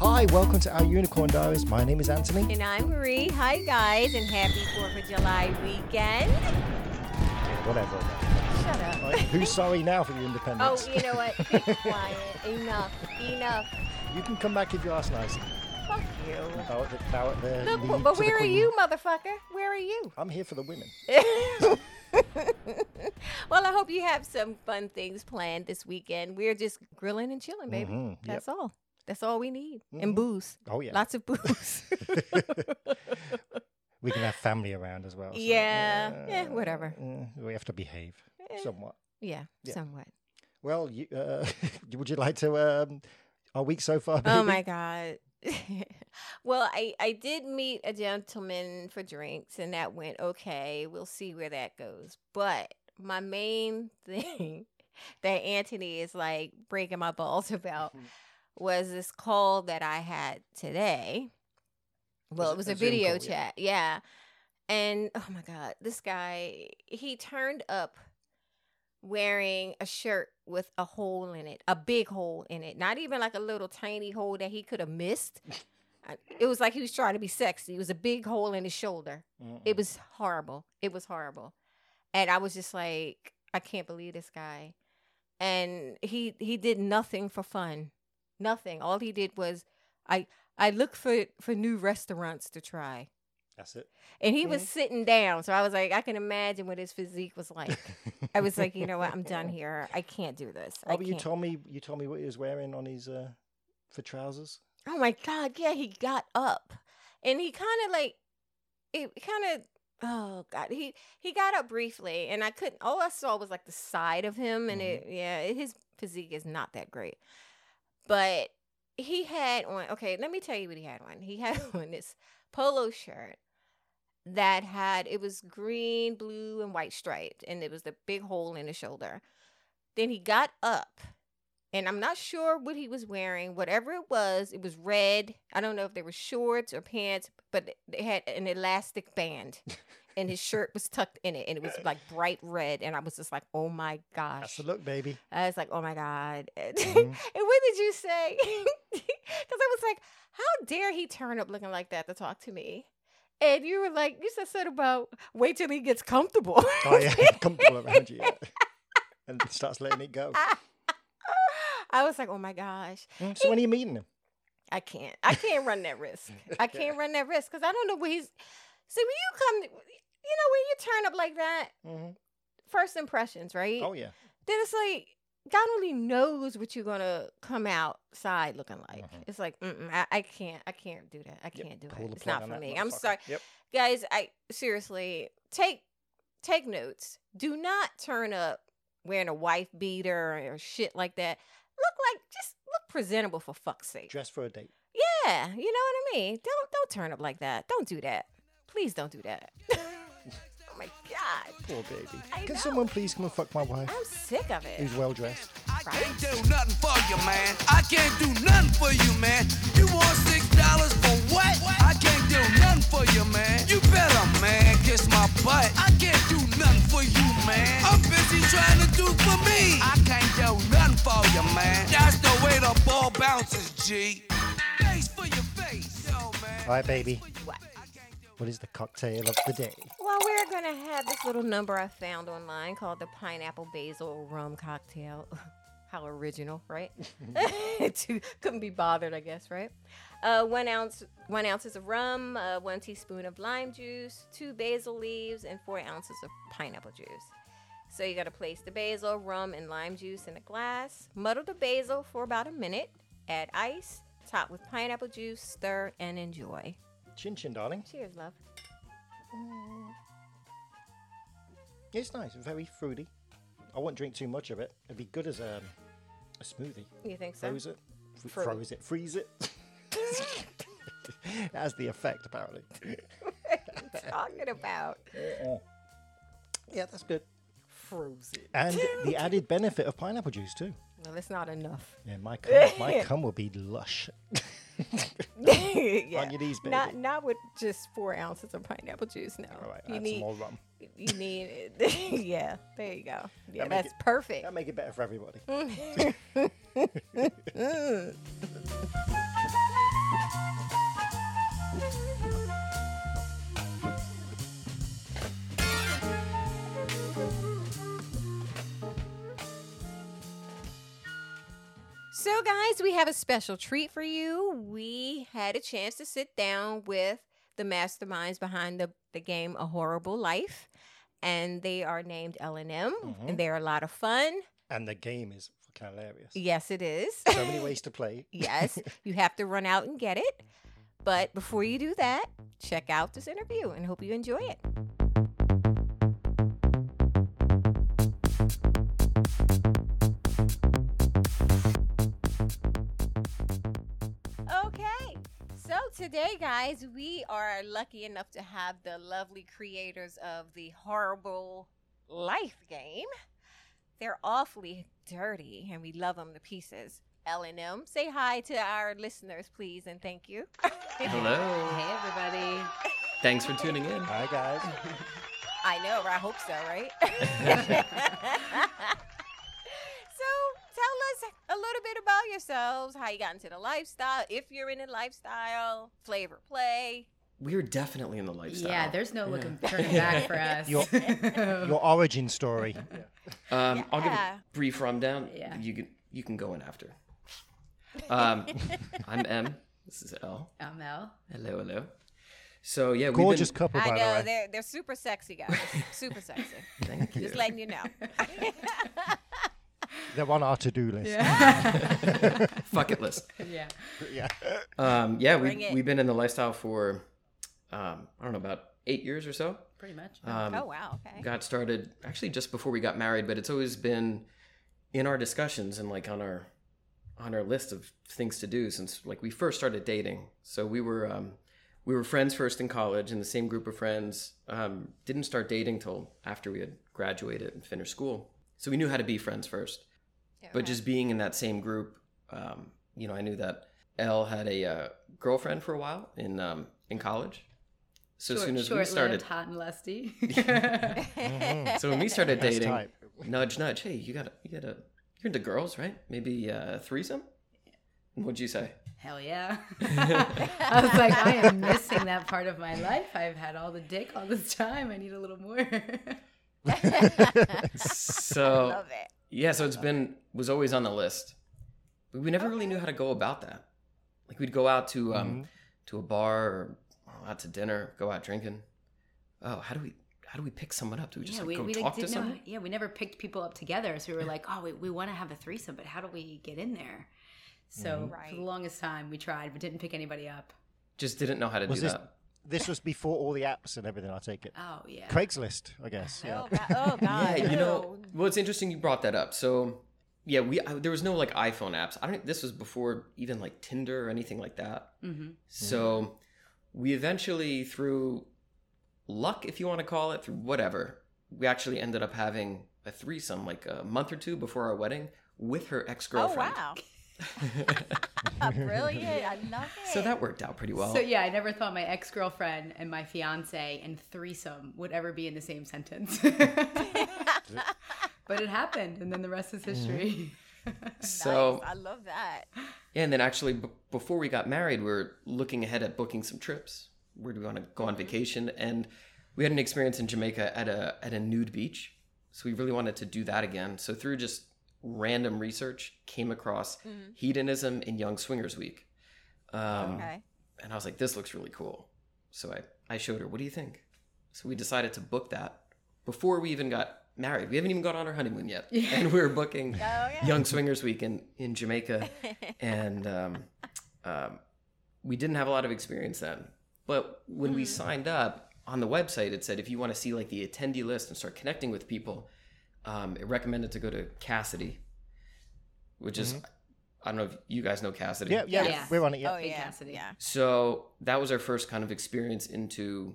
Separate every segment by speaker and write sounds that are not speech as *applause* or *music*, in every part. Speaker 1: Hi, welcome to Our Unicorn Diaries. My name is Anthony.
Speaker 2: And I'm Marie. Hi, guys, and happy 4th of July weekend.
Speaker 1: Whatever.
Speaker 2: Shut up.
Speaker 1: Right, Who's sorry now for your
Speaker 2: *laughs* Oh,
Speaker 1: independence?
Speaker 2: you know what? Be
Speaker 1: *laughs*
Speaker 2: quiet. Enough. Enough.
Speaker 1: You can come back if you ask nicely.
Speaker 2: Fuck you.
Speaker 1: Bow at the, bow at the
Speaker 2: Look,
Speaker 1: knee
Speaker 2: but-
Speaker 1: to
Speaker 2: but
Speaker 1: the
Speaker 2: where are
Speaker 1: queen.
Speaker 2: you, motherfucker? Where are
Speaker 1: *laughs*
Speaker 2: you?
Speaker 1: I'm here for the women.
Speaker 2: well, I hope you have some fun things planned this weekend. We're just grilling and chilling, baby.
Speaker 1: Mhm, yep.
Speaker 2: That's all. That's all we need. And booze.
Speaker 1: Oh, yeah.
Speaker 2: Lots of booze.
Speaker 1: *laughs*
Speaker 2: *laughs*
Speaker 1: We can have family around as well. so,
Speaker 2: Yeah, yeah, whatever.
Speaker 1: yeah, we have to behave
Speaker 2: Eh.
Speaker 1: somewhat.
Speaker 2: yeah,
Speaker 1: Yeah.
Speaker 2: somewhat.
Speaker 1: Well, you, uh, *laughs* would you like to? Um, our week so far.
Speaker 2: Oh *laughs*
Speaker 1: baby?
Speaker 2: my god. well, I I did meet a gentleman for drinks and that went okay. We'll see where that goes. But my main *laughs* thing that Anthony is like breaking my balls *laughs* about
Speaker 1: Mm-hmm.
Speaker 2: was this call that I had today. Well,
Speaker 1: Was
Speaker 2: it was
Speaker 1: it
Speaker 2: a,
Speaker 1: a Zoom
Speaker 2: video
Speaker 1: call, yeah.
Speaker 2: chat. Yeah. And oh my god, this guy, he turned up wearing a shirt with a hole in it, a big hole in it, not even like a little tiny hole that he could have missed. I- It was like he was trying to be sexy. It was a big hole in his shoulder.
Speaker 1: *laughs* Mm-mm.
Speaker 2: It was horrible. It was horrible. And I was just like, I can't believe this guy. And he he did nothing for fun. Nothing. All he did was I I look for for new restaurants to try.
Speaker 1: That's it.
Speaker 2: And he was
Speaker 1: Mm-hmm.
Speaker 2: sitting down. So I was like, I can imagine what his physique was like. I was like, you know
Speaker 1: *laughs*
Speaker 2: what? I'm done here. I can't do this. I
Speaker 1: Oh, but you
Speaker 2: can't."
Speaker 1: told me. You told me what he was wearing on his uh, for trousers.
Speaker 2: oh my god, yeah, he got up, and he kind of like, it kind of. Oh God, he he got up briefly, and I couldn't. All I saw was like the side of him, and
Speaker 1: Mhm.
Speaker 2: it yeah, it- his physique is not that great. But he had on. Okay, let me tell you what he had on. He had *laughs* on this polo shirt that had it was green, blue, and white striped, and it was the big hole in the shoulder. Then he got up, and I'm not sure what he was wearing. Whatever it was, it was red. I don't know if they were shorts or pants, but they had an elastic band, and his shirt was tucked in it, and it was like bright red. And I was just like, "Oh my gosh!"
Speaker 1: That's the look, baby.
Speaker 2: I was like, "Oh my god!" *laughs*
Speaker 1: Mhm.
Speaker 2: And what did you say? *laughs* Because I was like, how dare he turn up looking like that to talk to me? And you were like, you said something about wait till he gets comfortable.
Speaker 1: Oh yeah, *laughs* comfortable around you, yeah. *laughs* and starts letting it
Speaker 2: Uh,
Speaker 1: go.
Speaker 2: *laughs* I was like, oh my gosh,
Speaker 1: Mm, So when are you meeting him?
Speaker 2: I can't. I can't run that risk. I can't run that risk because I don't know what he's. See, when you come, you know, when you turn up like that,
Speaker 1: Mhm.
Speaker 2: first impressions, right?
Speaker 1: Oh yeah.
Speaker 2: then it's like God only knows what you're gonna come outside looking like.
Speaker 1: Mhm.
Speaker 2: It's like mm-mm, I, I can't, I can't do that. I
Speaker 1: Yep,
Speaker 2: can't do
Speaker 1: pull
Speaker 2: it.
Speaker 1: the
Speaker 2: It's
Speaker 1: plug
Speaker 2: not
Speaker 1: on
Speaker 2: for
Speaker 1: that
Speaker 2: me. I'm
Speaker 1: motherfucker.
Speaker 2: sorry,
Speaker 1: Yep.
Speaker 2: guys. I seriously take take notes. Do not turn up wearing a wife beater or shit like that. Look like just look presentable for fuck's sake.
Speaker 1: Dress for a date.
Speaker 2: Yeah, you know what I mean. Don't don't turn up like that. Don't do that. Please don't do that. *laughs* oh my god,
Speaker 1: Poor baby.
Speaker 2: I
Speaker 1: Can
Speaker 2: know.
Speaker 1: someone please come and fuck my wife,
Speaker 2: I'm sick of it.
Speaker 1: who's well dressed?
Speaker 3: I can't do nothing for you, man. I can't do nothing for you, man. You want six dollars for what? I can't do nothing for you, man. You better, man, kiss my butt. I can't do nothing for you, man. I'm busy trying to do for me. I can't do nothing for you, man. That's the way the ball bounces, G. Face for your face, yo, man.
Speaker 1: All right, baby.
Speaker 2: What?
Speaker 3: I can't do
Speaker 1: What is the cocktail of the day?
Speaker 2: Well, we're gonna have this little number I found online called the Pineapple Basil Rum Cocktail. *laughs* How original, right? *laughs* Too- Couldn't be bothered, I guess, right? Uh, one ounce, one ounces of rum, uh, one teaspoon of lime juice, two basil leaves, and four ounces of pineapple juice. So you gotta place the basil, rum, and lime juice in a glass. Muddle the basil for about a minute. Add ice. Top with pineapple juice. Stir and enjoy.
Speaker 1: Chin chin, darling.
Speaker 2: Cheers, love.
Speaker 1: It's nice, very fruity. I won't drink too much of it. It'd be good as a, a smoothie.
Speaker 2: You think so?
Speaker 1: Froze it. Fr-
Speaker 2: Fro-
Speaker 1: froze it.
Speaker 2: *laughs*
Speaker 1: Freeze it. *laughs* That has the effect, apparently.
Speaker 2: *laughs* talking about?
Speaker 1: Yeah, that's good.
Speaker 2: Frozen. *laughs*
Speaker 1: And the added benefit of pineapple juice, too.
Speaker 2: Well, it's not
Speaker 1: *laughs*
Speaker 2: enough. *laughs*
Speaker 1: Yeah, my cum, my cum will be lush.
Speaker 2: yeah.
Speaker 1: On your knees,
Speaker 2: Not
Speaker 1: baby.
Speaker 2: not with just four ounces of pineapple juice. No,
Speaker 1: All right,
Speaker 2: you
Speaker 1: add
Speaker 2: need
Speaker 1: some more rum.
Speaker 2: you
Speaker 1: *laughs*
Speaker 2: need *laughs* it. yeah. There you go. Yeah,
Speaker 1: make
Speaker 2: that's
Speaker 1: it-
Speaker 2: perfect.
Speaker 1: That'll make it better for
Speaker 2: Mm.
Speaker 1: everybody.
Speaker 2: So, guys, we have a special treat for you. We had a chance to sit down with the masterminds behind the, the game A Horrible Life, and they are named L and M,
Speaker 1: Mhm.
Speaker 2: and they're a lot of fun.
Speaker 1: And the game is fucking hilarious.
Speaker 2: Yes, it is. *laughs*
Speaker 1: So many ways to play.
Speaker 2: yes, you have to run out and get it. But before you do that, check out this interview and hope you enjoy it. Okay, so today, guys, we are lucky enough to have the lovely creators of the Horrible Life game. They're awfully dirty, and we love them to pieces. L and M, say hi to our listeners, please, and thank you. *laughs*
Speaker 4: Hello.
Speaker 5: Hey everybody.
Speaker 4: Thanks for tuning in.
Speaker 1: Hi guys.
Speaker 2: *laughs* I know, I hope so, right? *laughs* so tell us a little bit about yourselves, how you got into the lifestyle, if you're in the lifestyle, flavor play.
Speaker 4: We're definitely in the lifestyle.
Speaker 5: Yeah, there's no
Speaker 4: Yeah.
Speaker 5: looking turning back for us.
Speaker 1: Your- Your origin story.
Speaker 4: Um, I'll give
Speaker 2: Yeah.
Speaker 4: a brief rundown.
Speaker 5: Yeah.
Speaker 4: You can you can go in after.
Speaker 2: *laughs*
Speaker 4: Um, I'm M. This is L.
Speaker 5: I'm um, Mel.
Speaker 4: Hello, hello. So yeah,
Speaker 1: Gorgeous
Speaker 4: we've been,
Speaker 1: couple,
Speaker 2: I
Speaker 1: Oh, by
Speaker 2: know,
Speaker 1: the way.
Speaker 2: they're, they're super sexy, guys. Super sexy.
Speaker 4: Thank you. *laughs*
Speaker 2: Just letting you know. *laughs*
Speaker 1: They're on our to-do list.
Speaker 4: Fuck it list.
Speaker 5: Yeah.
Speaker 1: Yeah.
Speaker 4: Um, yeah,
Speaker 2: Bring
Speaker 4: we
Speaker 2: it.
Speaker 4: we've been in the lifestyle for um, I don't know about eight years or so.
Speaker 5: Pretty much.
Speaker 4: Um,
Speaker 2: oh, wow. Okay.
Speaker 4: got started actually just before we got married but it's always been in our discussions and like on our on our list of things to do since like we first started dating so we were um we were friends first in college and the same group of friends um didn't start dating till after we had graduated and finished school so we knew how to be friends first
Speaker 2: *laughs*
Speaker 4: but just being in that same group um you know i knew that Elle had a uh, girlfriend for a while in um in college so as
Speaker 5: Short,
Speaker 4: soon as we
Speaker 5: short-lived,
Speaker 4: started
Speaker 5: hot
Speaker 4: *laughs*
Speaker 5: and lusty. *laughs*
Speaker 4: so when we started
Speaker 1: Best
Speaker 4: dating
Speaker 1: type.
Speaker 4: nudge, nudge. Hey, you gotta, you gotta, you're into girls, right? Maybe uh, threesome. What'd you
Speaker 5: *laughs*
Speaker 4: say? *laughs*
Speaker 5: Hell yeah. I was like, I am missing that part of my life. I've had all the dick all this time. I need a little more.
Speaker 4: so
Speaker 2: love it.
Speaker 4: yeah, so it's been was always on the list, but we never really knew how to go about that. Like we'd go out to
Speaker 5: Mm-hmm.
Speaker 4: um to a bar or oh, out to dinner, go out drinking. Oh, how do we how do we pick someone up? Do we just
Speaker 5: yeah,
Speaker 4: like,
Speaker 5: we,
Speaker 4: go
Speaker 5: we like,
Speaker 4: talk to
Speaker 5: didn't know.
Speaker 4: someone?
Speaker 5: Yeah, we never picked people up together. So we were like, oh, we, we want to have a threesome, but how do we get in there? So
Speaker 2: Right.
Speaker 5: for the longest time, we tried, but didn't pick anybody up.
Speaker 4: Just didn't know how to
Speaker 1: Was
Speaker 4: do
Speaker 1: this-
Speaker 4: that.
Speaker 1: *laughs* This was before all the apps and everything. I take it.
Speaker 2: Uh,
Speaker 5: Oh, yeah.
Speaker 1: Craigslist, I guess. Yeah.
Speaker 2: Oh, God. Oh, God.
Speaker 4: *laughs* yeah, you know.
Speaker 2: ew. Oh,
Speaker 4: Well, it's interesting you brought that up. So, yeah, we I, there was no like iPhone apps. I don't. This was before even like Tinder or anything like that.
Speaker 5: Mm-hmm.
Speaker 4: So, we eventually, through luck, if you want to call it, through whatever, we actually ended up having a threesome like a month or two before our wedding with her ex
Speaker 2: Oh,
Speaker 4: girlfriend. *laughs*
Speaker 2: wow. *laughs* Brilliant. I love it.
Speaker 4: *laughs* So that worked out pretty well.
Speaker 5: So yeah, I never thought my ex girlfriend and my fiance and threesome would ever be in the same sentence. *laughs* but it happened, and then the rest is
Speaker 1: Mm-hmm.
Speaker 5: history.
Speaker 4: So- Uh,
Speaker 2: nice. I love that.
Speaker 4: Yeah, and then actually, b- before we got married, we were looking ahead at booking some trips. Where do we want to go on vacation? And we had an experience in Jamaica at a at a nude beach, so we really wanted to do that again. So through just random research, came across hedonism in Young Swingers Week, um,
Speaker 2: Okay.
Speaker 4: and I was like, "This looks really cool." So I I showed her, "What do you think?" So we decided to book that before we even got married. We haven't even gone on our honeymoon yet, and we were booking
Speaker 2: Oh, yeah.
Speaker 4: Young Swingers Week in, in Jamaica. and um, um, we didn't have a lot of experience then. But when we signed up on the website, it said if you want to see like the attendee list and start connecting with people, um, it recommended to go to Cassidy, which is, I don't know if you guys know Cassidy.
Speaker 1: Mm-hmm. Yeah, yeah,
Speaker 5: Yeah.
Speaker 1: we're on it. Yeah.
Speaker 2: Oh,
Speaker 5: Big
Speaker 2: yeah.
Speaker 4: *laughs*
Speaker 5: Cassidy.
Speaker 2: Yeah. *laughs*
Speaker 4: So that was our first kind of experience into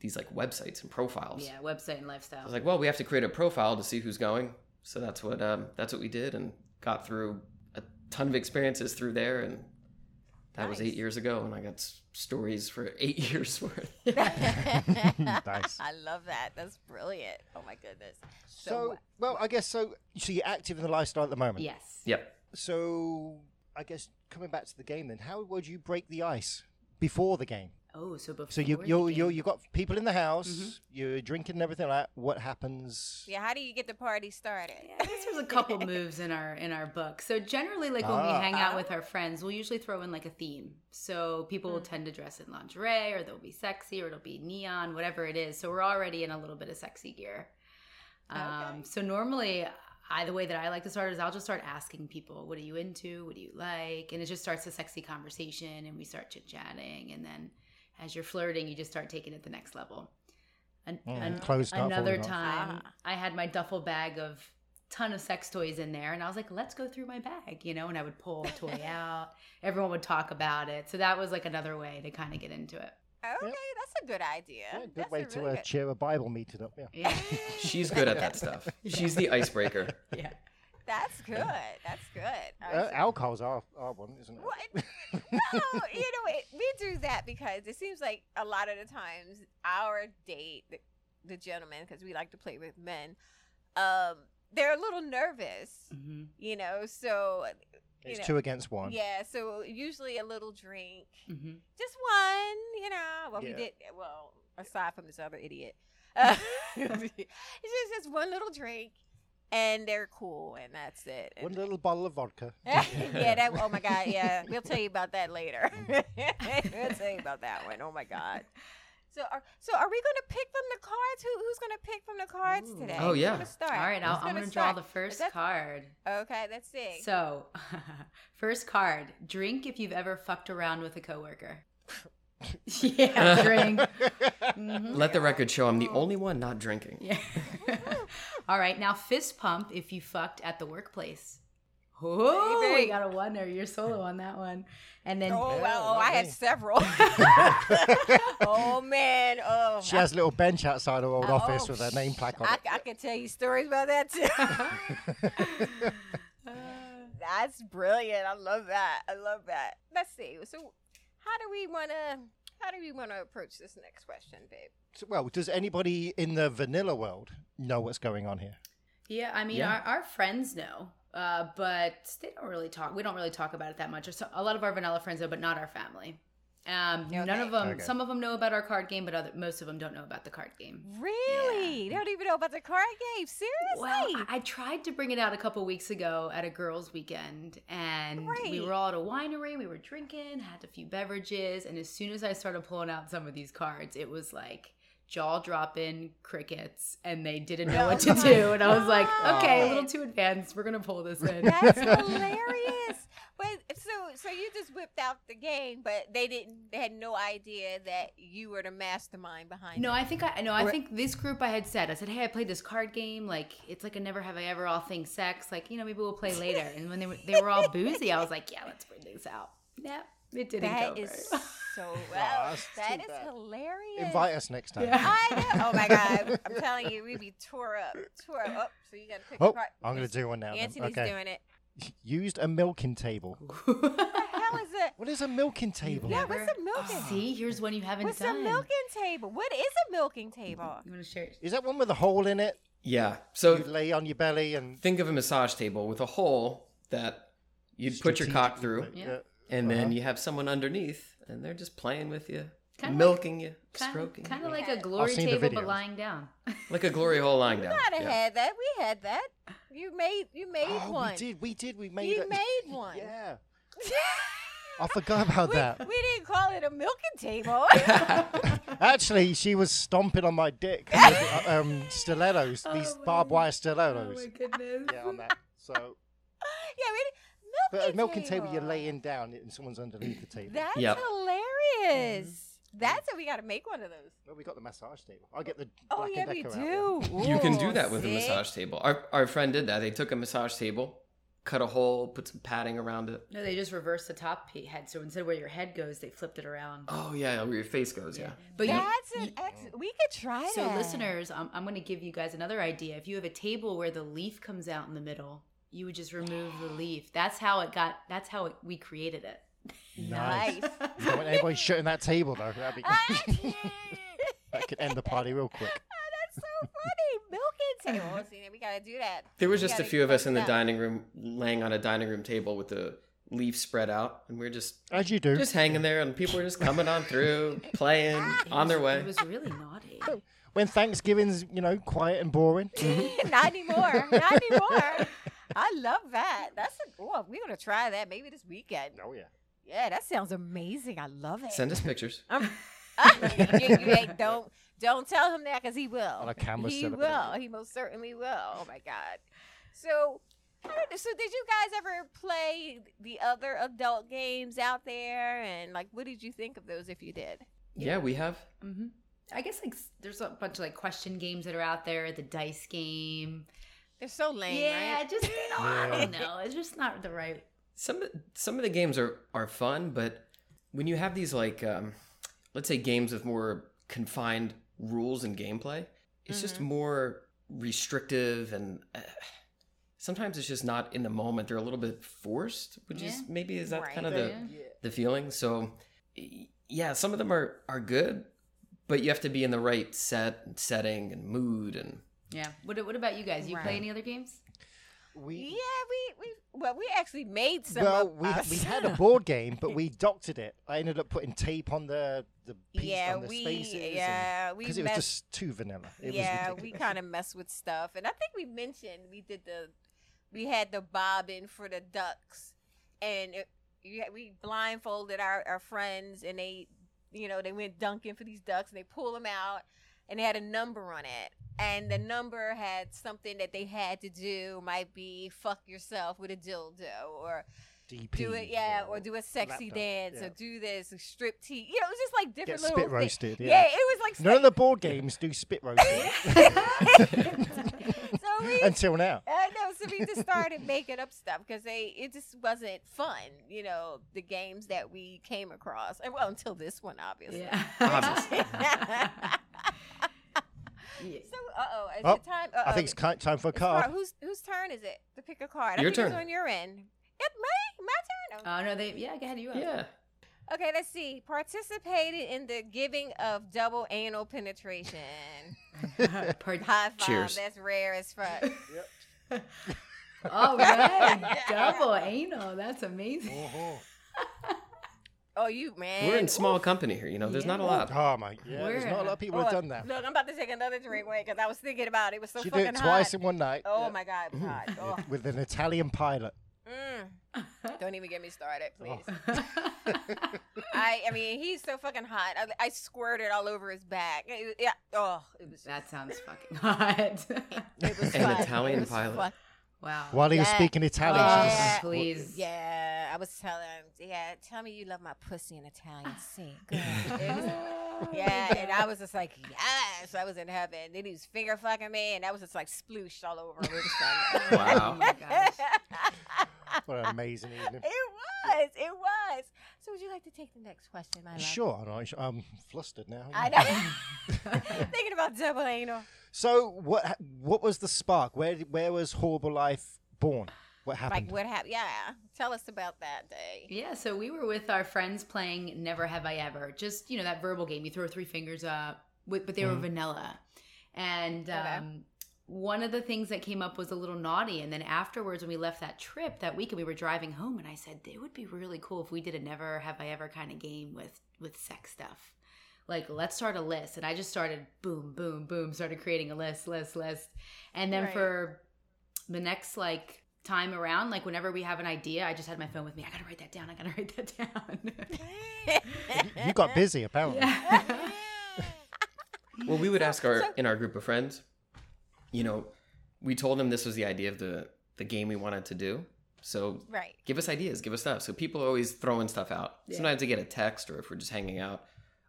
Speaker 4: these like websites and profiles.
Speaker 5: *laughs* Yeah, website and
Speaker 4: I
Speaker 5: lifestyle.
Speaker 4: was like, well, we have to create a profile to see who's going. So that's what um, that's what we did, and got through a ton of experiences through there, and that was
Speaker 2: Nice.
Speaker 4: eight years ago, and I got s- stories for *laughs* eight years worth.
Speaker 1: Nice.
Speaker 2: I love that. That's brilliant. Oh my goodness.
Speaker 1: So, well, I guess so. So you're active in the lifestyle at the moment.
Speaker 5: yes.
Speaker 4: yep.
Speaker 1: So I guess coming back to the game, then how would you break the ice before the game?
Speaker 5: Oh, so before.
Speaker 1: So you
Speaker 5: the
Speaker 1: you you
Speaker 5: game.
Speaker 1: you got people in the house, you're drinking and everything like that. What happens?
Speaker 2: Mm-hmm. Yeah, how do you get the party started?
Speaker 5: I guess there's a couple moves in our in our book. So generally, like when
Speaker 1: Ah.
Speaker 5: we hang out with our friends, we'll usually throw in like a theme. So people will tend to dress in lingerie, or they'll be sexy, or it'll be neon, whatever it is. So we're already in a little bit of sexy gear. Um, so normally, I the way that I like to start is I'll just start asking people, "What are you into? What do you like?" And it just starts a sexy conversation, and we start chit chatting, and then as you're flirting, you just start taking it the next level. An-
Speaker 1: Mm,
Speaker 5: an-
Speaker 1: closed up,
Speaker 5: another
Speaker 1: open up.
Speaker 5: time,
Speaker 2: Ah.
Speaker 5: I had my duffel bag of ton of sex toys in there, and I was like, "Let's go through my bag," you know. And I would pull a *laughs* toy out. Everyone would talk about it, so that was like another way to kind of get into it.
Speaker 2: *laughs* Okay, that's a good idea.
Speaker 1: Yeah, good
Speaker 2: That's a
Speaker 1: way to
Speaker 2: really
Speaker 1: uh,
Speaker 2: good-
Speaker 1: cheer a Bible meeting up. Yeah.
Speaker 5: Yeah,
Speaker 4: She's good at
Speaker 2: *laughs*
Speaker 4: that stuff. She's the icebreaker.
Speaker 5: *laughs* yeah.
Speaker 2: That's good. That's good. All right,
Speaker 1: Uh,
Speaker 2: so-
Speaker 1: alcohol's our, our one, isn't *laughs* it?
Speaker 2: What? no, you know, it, we do that because it seems like a lot of the times our date, the, the gentlemen, because we like to play with men, um, they're a little nervous,
Speaker 5: hmm
Speaker 2: you know. So you
Speaker 1: It's
Speaker 2: know,
Speaker 1: two against one.
Speaker 2: yeah, so usually a little drink,
Speaker 5: hmm
Speaker 2: just one, you know. Well, we
Speaker 1: Yeah.
Speaker 2: did. Well, aside from this other idiot, *laughs* uh, it's just just one little drink, and they're cool, and that's it.
Speaker 1: One
Speaker 2: And-
Speaker 1: little bottle of vodka.
Speaker 2: *laughs* yeah, that. Oh my God.
Speaker 1: *laughs*
Speaker 2: Yeah, we'll tell you about that later. *laughs* we'll tell you about that one. Oh my God. So, are, so are we going to pick from the cards? Who, who's going to pick from the cards today?
Speaker 4: Oh,
Speaker 2: Who's
Speaker 4: yeah.
Speaker 2: gonna start?
Speaker 5: All right, I'll,
Speaker 2: Who's
Speaker 5: I'm
Speaker 2: gonna
Speaker 5: going to draw
Speaker 2: start?
Speaker 5: the first
Speaker 2: that-
Speaker 5: card.
Speaker 2: Okay, let's see.
Speaker 5: So, *laughs* first card: drink if you've ever fucked around with a *laughs* coworker. yeah, drink. Mhm.
Speaker 4: Let the record show I'm the only one not drinking.
Speaker 5: Oh. Yeah. *laughs* All right, now fist pump if you fucked at the workplace. Oh,
Speaker 2: Maybe.
Speaker 5: we got a one there. You're solo on that one. And then
Speaker 2: oh
Speaker 1: Yeah,
Speaker 2: well, oh, I had
Speaker 1: lovely. *laughs*
Speaker 2: several. oh man, oh.
Speaker 1: She has a little bench outside her old
Speaker 2: Oh,
Speaker 1: office with her name plaque on
Speaker 2: I,
Speaker 1: it.
Speaker 2: I can tell you stories about that
Speaker 1: *laughs*
Speaker 2: too. *laughs* That's brilliant. I love that. I love that. Let's see. So, how do we want to? How do we want to approach this next question, babe?
Speaker 1: So, well, does anybody in the vanilla world know what's going on here?
Speaker 5: yeah, I mean,
Speaker 4: Yeah.
Speaker 5: Our, our friends know, uh, but they don't really talk. We don't really talk about it that much. So a lot of our vanilla friends know, but not our family. Um, None
Speaker 2: Okay.
Speaker 5: of them.
Speaker 1: Okay.
Speaker 5: Some of them know about our card game, but other, most of them don't know about the card game.
Speaker 2: Really? They don't even know about the card game. Seriously?
Speaker 5: Well, I I tried to bring it out a couple weeks ago at a girls' weekend, and we
Speaker 2: Right.
Speaker 5: were all at a winery. We were drinking, had a few beverages, and as soon as I started pulling out some of these cards, it was like jaw dropping crickets, and they didn't
Speaker 2: *laughs*
Speaker 5: know what to
Speaker 2: Oh my
Speaker 5: do. And I was like, okay, a
Speaker 2: God.
Speaker 5: little too advanced. We're gonna pull this in. *laughs*
Speaker 2: That's hilarious. But so so you just whipped out the game, but they didn't. They had no idea that you were the mastermind behind
Speaker 5: No,
Speaker 2: it.
Speaker 5: I think I no, I
Speaker 1: Or-
Speaker 5: think this group I had said, I said, Hey, I played this card game, like it's like a never have I ever all thing sex, like, you know, maybe we'll play later. And when they were they were all boozy, I was like, Yeah, let's bring this out. Yep. It didn't go
Speaker 2: That
Speaker 5: very
Speaker 2: is
Speaker 5: well. *laughs*
Speaker 2: so well.
Speaker 1: that's
Speaker 2: that
Speaker 1: too
Speaker 2: is
Speaker 1: bad.
Speaker 2: hilarious.
Speaker 1: Invite us next time.
Speaker 5: Yeah.
Speaker 1: *laughs*
Speaker 2: I know. Oh my god! I'm telling you, we be tore up, tore up. Oh, so you gotta pick
Speaker 1: Oh,
Speaker 2: apart.
Speaker 1: I'm going to do one now. then.
Speaker 2: Anthony's
Speaker 1: okay.
Speaker 2: doing it.
Speaker 1: *laughs* Used a milking table.
Speaker 2: How is it?
Speaker 1: What is a milking table?
Speaker 5: *laughs*
Speaker 2: Yeah, what's a
Speaker 5: Never-
Speaker 2: milking?
Speaker 5: See, here's one you haven't
Speaker 2: What's
Speaker 5: done.
Speaker 2: a milking table? What is a milking table?
Speaker 5: You want to share it?
Speaker 1: Is that one with a hole in it?
Speaker 4: Yeah.
Speaker 1: You
Speaker 4: So
Speaker 1: lay on your belly and
Speaker 4: think of a massage table with a hole that you'd put your cock through,
Speaker 1: strategically-
Speaker 5: Yeah.
Speaker 4: and
Speaker 5: Uh-huh.
Speaker 4: then you have someone underneath, and they're just playing with you,
Speaker 5: Kinda
Speaker 4: milking you, stroking
Speaker 5: Kind
Speaker 4: you.
Speaker 5: of like a
Speaker 2: I've
Speaker 5: glory
Speaker 1: seen the
Speaker 5: table, but
Speaker 1: videos.
Speaker 5: lying
Speaker 2: *laughs*
Speaker 5: down.
Speaker 4: Like a glory hole lying down.
Speaker 2: Might have
Speaker 4: Yeah.
Speaker 2: had that. We had that. You made you made
Speaker 1: Oh,
Speaker 2: one.
Speaker 1: we
Speaker 2: *laughs*
Speaker 1: did. We did. We made
Speaker 2: You
Speaker 1: it. *laughs*
Speaker 2: made one.
Speaker 1: Yeah. I forgot about
Speaker 2: we,
Speaker 1: that.
Speaker 2: *laughs* we didn't call it a milking
Speaker 1: *laughs*
Speaker 2: table. *laughs*
Speaker 4: *laughs*
Speaker 1: Actually, she was stomping on
Speaker 2: *laughs*
Speaker 1: my dick with uh, um, stilettos,
Speaker 2: Oh
Speaker 1: these barbed wire stilettos.
Speaker 5: goodness.
Speaker 1: yeah, on that. So,
Speaker 2: yeah, we didn't.
Speaker 1: but
Speaker 2: Milking
Speaker 1: a milking table, you're laying down and someone's underneath the table.
Speaker 2: That's
Speaker 4: Yep.
Speaker 2: hilarious.
Speaker 1: Mm-hmm.
Speaker 2: That's it. We got to make one of those.
Speaker 1: well, we got the massage table. I'll get the
Speaker 2: Oh
Speaker 1: black
Speaker 2: yeah,
Speaker 1: and
Speaker 2: we
Speaker 1: Decker out.
Speaker 2: do.
Speaker 4: You can
Speaker 2: Ooh,
Speaker 4: do that with a
Speaker 2: see?
Speaker 4: massage table. Our, our friend did that. They took a massage table, cut a hole, put some padding around it.
Speaker 5: No, they just reversed the top pe- head. So instead of where your head goes, they flipped it around.
Speaker 4: Oh, yeah, where your face goes, yeah.
Speaker 5: But you,
Speaker 2: That's an ex.
Speaker 1: mm.
Speaker 2: We could try
Speaker 5: so
Speaker 2: that.
Speaker 5: listeners, I'm, I'm going to give you guys another idea. If you have a table where the leaf comes out in the middle, you would just remove the leaf. That's how it got. That's how it, we created it.
Speaker 2: nice.
Speaker 1: *laughs* You don't want anybody shutting that table though. That'd
Speaker 2: Ah,
Speaker 1: *laughs* be, that
Speaker 2: *laughs*
Speaker 1: could end the party real quick.
Speaker 2: Oh, That's so funny. Milking
Speaker 1: *laughs*
Speaker 2: table. See, we gotta do that.
Speaker 4: There was
Speaker 2: We
Speaker 4: just a
Speaker 2: gotta
Speaker 4: few of us in the
Speaker 2: close that.
Speaker 4: dining room laying on a dining room table with the leaves spread out, and we're just
Speaker 1: As you do.
Speaker 4: just hanging there, and people are just coming on
Speaker 5: *laughs*
Speaker 4: through, playing on their way.
Speaker 5: Ah, It was really naughty.
Speaker 2: Oh.
Speaker 1: when Thanksgiving's, you know, quiet
Speaker 2: *laughs*
Speaker 1: and boring.
Speaker 2: not anymore. Not
Speaker 1: *laughs*
Speaker 2: anymore. I love that. That's a oh, we're gonna try that maybe this weekend.
Speaker 1: oh, yeah.
Speaker 2: Yeah, that sounds amazing. I love it.
Speaker 4: Send us pictures.
Speaker 2: *laughs* you, you ain't, don't don't tell him that because he will.
Speaker 1: On a camera
Speaker 2: he
Speaker 1: set up.
Speaker 2: will. He most certainly will. Oh my god. So, I don't know, so did you guys ever play the other adult games out there? And like, what did you think of those if you did?
Speaker 4: Yeah, we have.
Speaker 5: hmm I guess like s- there's a bunch of like question games that are out there, the dice game.
Speaker 2: They're so lame,
Speaker 5: yeah,
Speaker 2: right?
Speaker 5: just
Speaker 2: *laughs*
Speaker 5: you know, I
Speaker 1: Yeah.
Speaker 5: don't know. It's just not the right.
Speaker 4: some some of the games are are fun, but when you have these like um, let's say games with more confined rules and gameplay, it's just more restrictive and uh, sometimes it's just not in the moment. They're a little bit forced, which
Speaker 5: Yeah.
Speaker 4: is maybe is that
Speaker 2: Right.
Speaker 4: kind of
Speaker 5: Yeah.
Speaker 4: the the feeling. So y- yeah, some of them are are good, but you have to be in the right set and setting and mood and
Speaker 5: Yeah. What What about you guys? You
Speaker 2: Right.
Speaker 5: play any other games?
Speaker 2: Yeah,
Speaker 1: We,
Speaker 2: we we well, we actually made some.
Speaker 1: well,
Speaker 2: of
Speaker 1: we,
Speaker 2: us.
Speaker 1: we had a board game,
Speaker 2: *laughs*
Speaker 1: but we doctored it. I ended up putting tape on the, the, piece,
Speaker 2: yeah,
Speaker 1: on the
Speaker 2: we
Speaker 1: spaces.
Speaker 2: yeah we
Speaker 1: Because it was
Speaker 2: messed-
Speaker 1: just too vanilla. It
Speaker 2: yeah, we
Speaker 1: was ridiculous.
Speaker 2: kind of mess with stuff, and I think we mentioned we did the, we had the bobbin for the ducks, and it, you had- we blindfolded our our friends, and they, you know, they went dunking for these ducks, and they pull them out, and they had a number on it, and the number had something that they had to do, might be fuck yourself with a dildo, or
Speaker 1: DP.
Speaker 2: do it, yeah, or do a sexy
Speaker 1: lapdog,
Speaker 2: dance,
Speaker 1: yeah.
Speaker 2: or do this, or strip tea, you know, it was just like
Speaker 1: Get
Speaker 2: different little
Speaker 1: spit
Speaker 2: thi-
Speaker 1: roasted.
Speaker 2: Yeah.
Speaker 1: Yeah.
Speaker 2: it was like
Speaker 1: None of the board games do spit
Speaker 2: *laughs*
Speaker 1: roasting
Speaker 2: so
Speaker 1: *laughs*
Speaker 2: we
Speaker 1: until now.
Speaker 2: I know. So we just started making up stuff because they it just wasn't fun, you know, the games that we came across, and well, until this one, obviously.
Speaker 5: Yeah.
Speaker 4: Obviously.
Speaker 5: *laughs*
Speaker 2: *laughs*
Speaker 5: Yeah.
Speaker 2: So, uh oh, is
Speaker 1: Oh,
Speaker 2: it time? Uh-oh.
Speaker 1: I think it's ki- time for
Speaker 2: Uh,
Speaker 1: a
Speaker 2: It's card.
Speaker 1: card.
Speaker 2: Whose whose turn is it to pick a card?
Speaker 4: Your
Speaker 2: I think it's
Speaker 4: turn. Uh.
Speaker 2: on your end. It my my turn.
Speaker 5: Oh no, they. Yeah, go ahead. You. Up.
Speaker 4: yeah.
Speaker 2: Okay, let's see. Participated in the giving of double anal penetration.
Speaker 5: *laughs* Pardon.
Speaker 2: High five.
Speaker 4: Cheers.
Speaker 2: That's rare as fuck.
Speaker 5: All right, Oh, double anal. That's amazing. *laughs*
Speaker 1: Oh,
Speaker 2: Oh, you man.
Speaker 4: We're in small company here, you know. There's not a lot.
Speaker 1: oh my! Yeah, there's not a lot of people
Speaker 2: Oh,
Speaker 1: have done that.
Speaker 2: Look, I'm about to take another drink, wait, because I was thinking about it. It was so
Speaker 1: she did
Speaker 2: fucking
Speaker 1: it twice
Speaker 2: hot.
Speaker 1: in one night.
Speaker 2: Oh
Speaker 1: yeah,
Speaker 2: my God,
Speaker 1: *laughs*
Speaker 2: God. Oh.
Speaker 1: With an Italian pilot.
Speaker 2: Mm.
Speaker 4: *laughs*
Speaker 2: Don't even get me started, please.
Speaker 5: That's
Speaker 2: I, I mean, he's so fucking hot. I, I squirted all over his back. It- yeah. Oh, it was.
Speaker 5: that sounds fucking hot. *laughs*
Speaker 2: It was
Speaker 4: *laughs* An
Speaker 2: fun.
Speaker 4: Italian
Speaker 2: It was
Speaker 4: pilot.
Speaker 2: fuck-
Speaker 5: wow.
Speaker 1: While he was
Speaker 2: Yeah.
Speaker 1: speaking Italian,
Speaker 5: Oh,
Speaker 1: she just-
Speaker 5: please. *laughs*
Speaker 2: Yeah, I was telling him. Yeah, tell me you love my pussy in Italian.
Speaker 4: *laughs*
Speaker 2: See, good.
Speaker 4: Oh
Speaker 2: It was- yeah, and I was just like, yes, I was in heaven. Then he was finger fucking me, and I was just like splooshed all over. him. It
Speaker 4: *laughs*
Speaker 2: was fun.
Speaker 5: Oh my gosh.
Speaker 1: what an amazing
Speaker 2: *laughs*
Speaker 1: evening.
Speaker 2: It was. It was. So, would you like to take the next question, my love?
Speaker 1: Sure, I know, I'm flustered now.
Speaker 2: I know. *laughs* Thinking about double anal.
Speaker 1: *laughs* So what? What was the spark? Where where was Horrible Life born? What happened?
Speaker 2: Like what happened? Yeah. Tell us about that day.
Speaker 5: Yeah, so we were with our friends playing Never Have I Ever, just you know that verbal game. You throw three fingers up, with, but they were
Speaker 1: Mhm.
Speaker 5: vanilla. And
Speaker 2: Mm-hmm. Okay.
Speaker 5: um, one of the things that came up was a little naughty. And then afterwards, when we left that trip that weekend, we were driving home, and I said it would be really cool if we did a Never Have I Ever kind of game with with sex stuff. Like let's start a list, and I just started boom, boom, boom, started creating a list, list, list, and then
Speaker 2: Right.
Speaker 5: for the next like time around, like whenever we have an idea, I just had my phone with me. I gotta write that down. I gotta *laughs* write that down.
Speaker 1: You- you
Speaker 2: uh-huh. *laughs*
Speaker 1: got busy apparently.
Speaker 5: yeah.
Speaker 4: Well, we would ask our in our group of friends. You know, we told them this was the idea of the the game we wanted to do. So
Speaker 2: right. *laughs*
Speaker 4: give us ideas, give us stuff. So people are always throwing stuff out. Sometimes they get a text, or if we're just hanging out,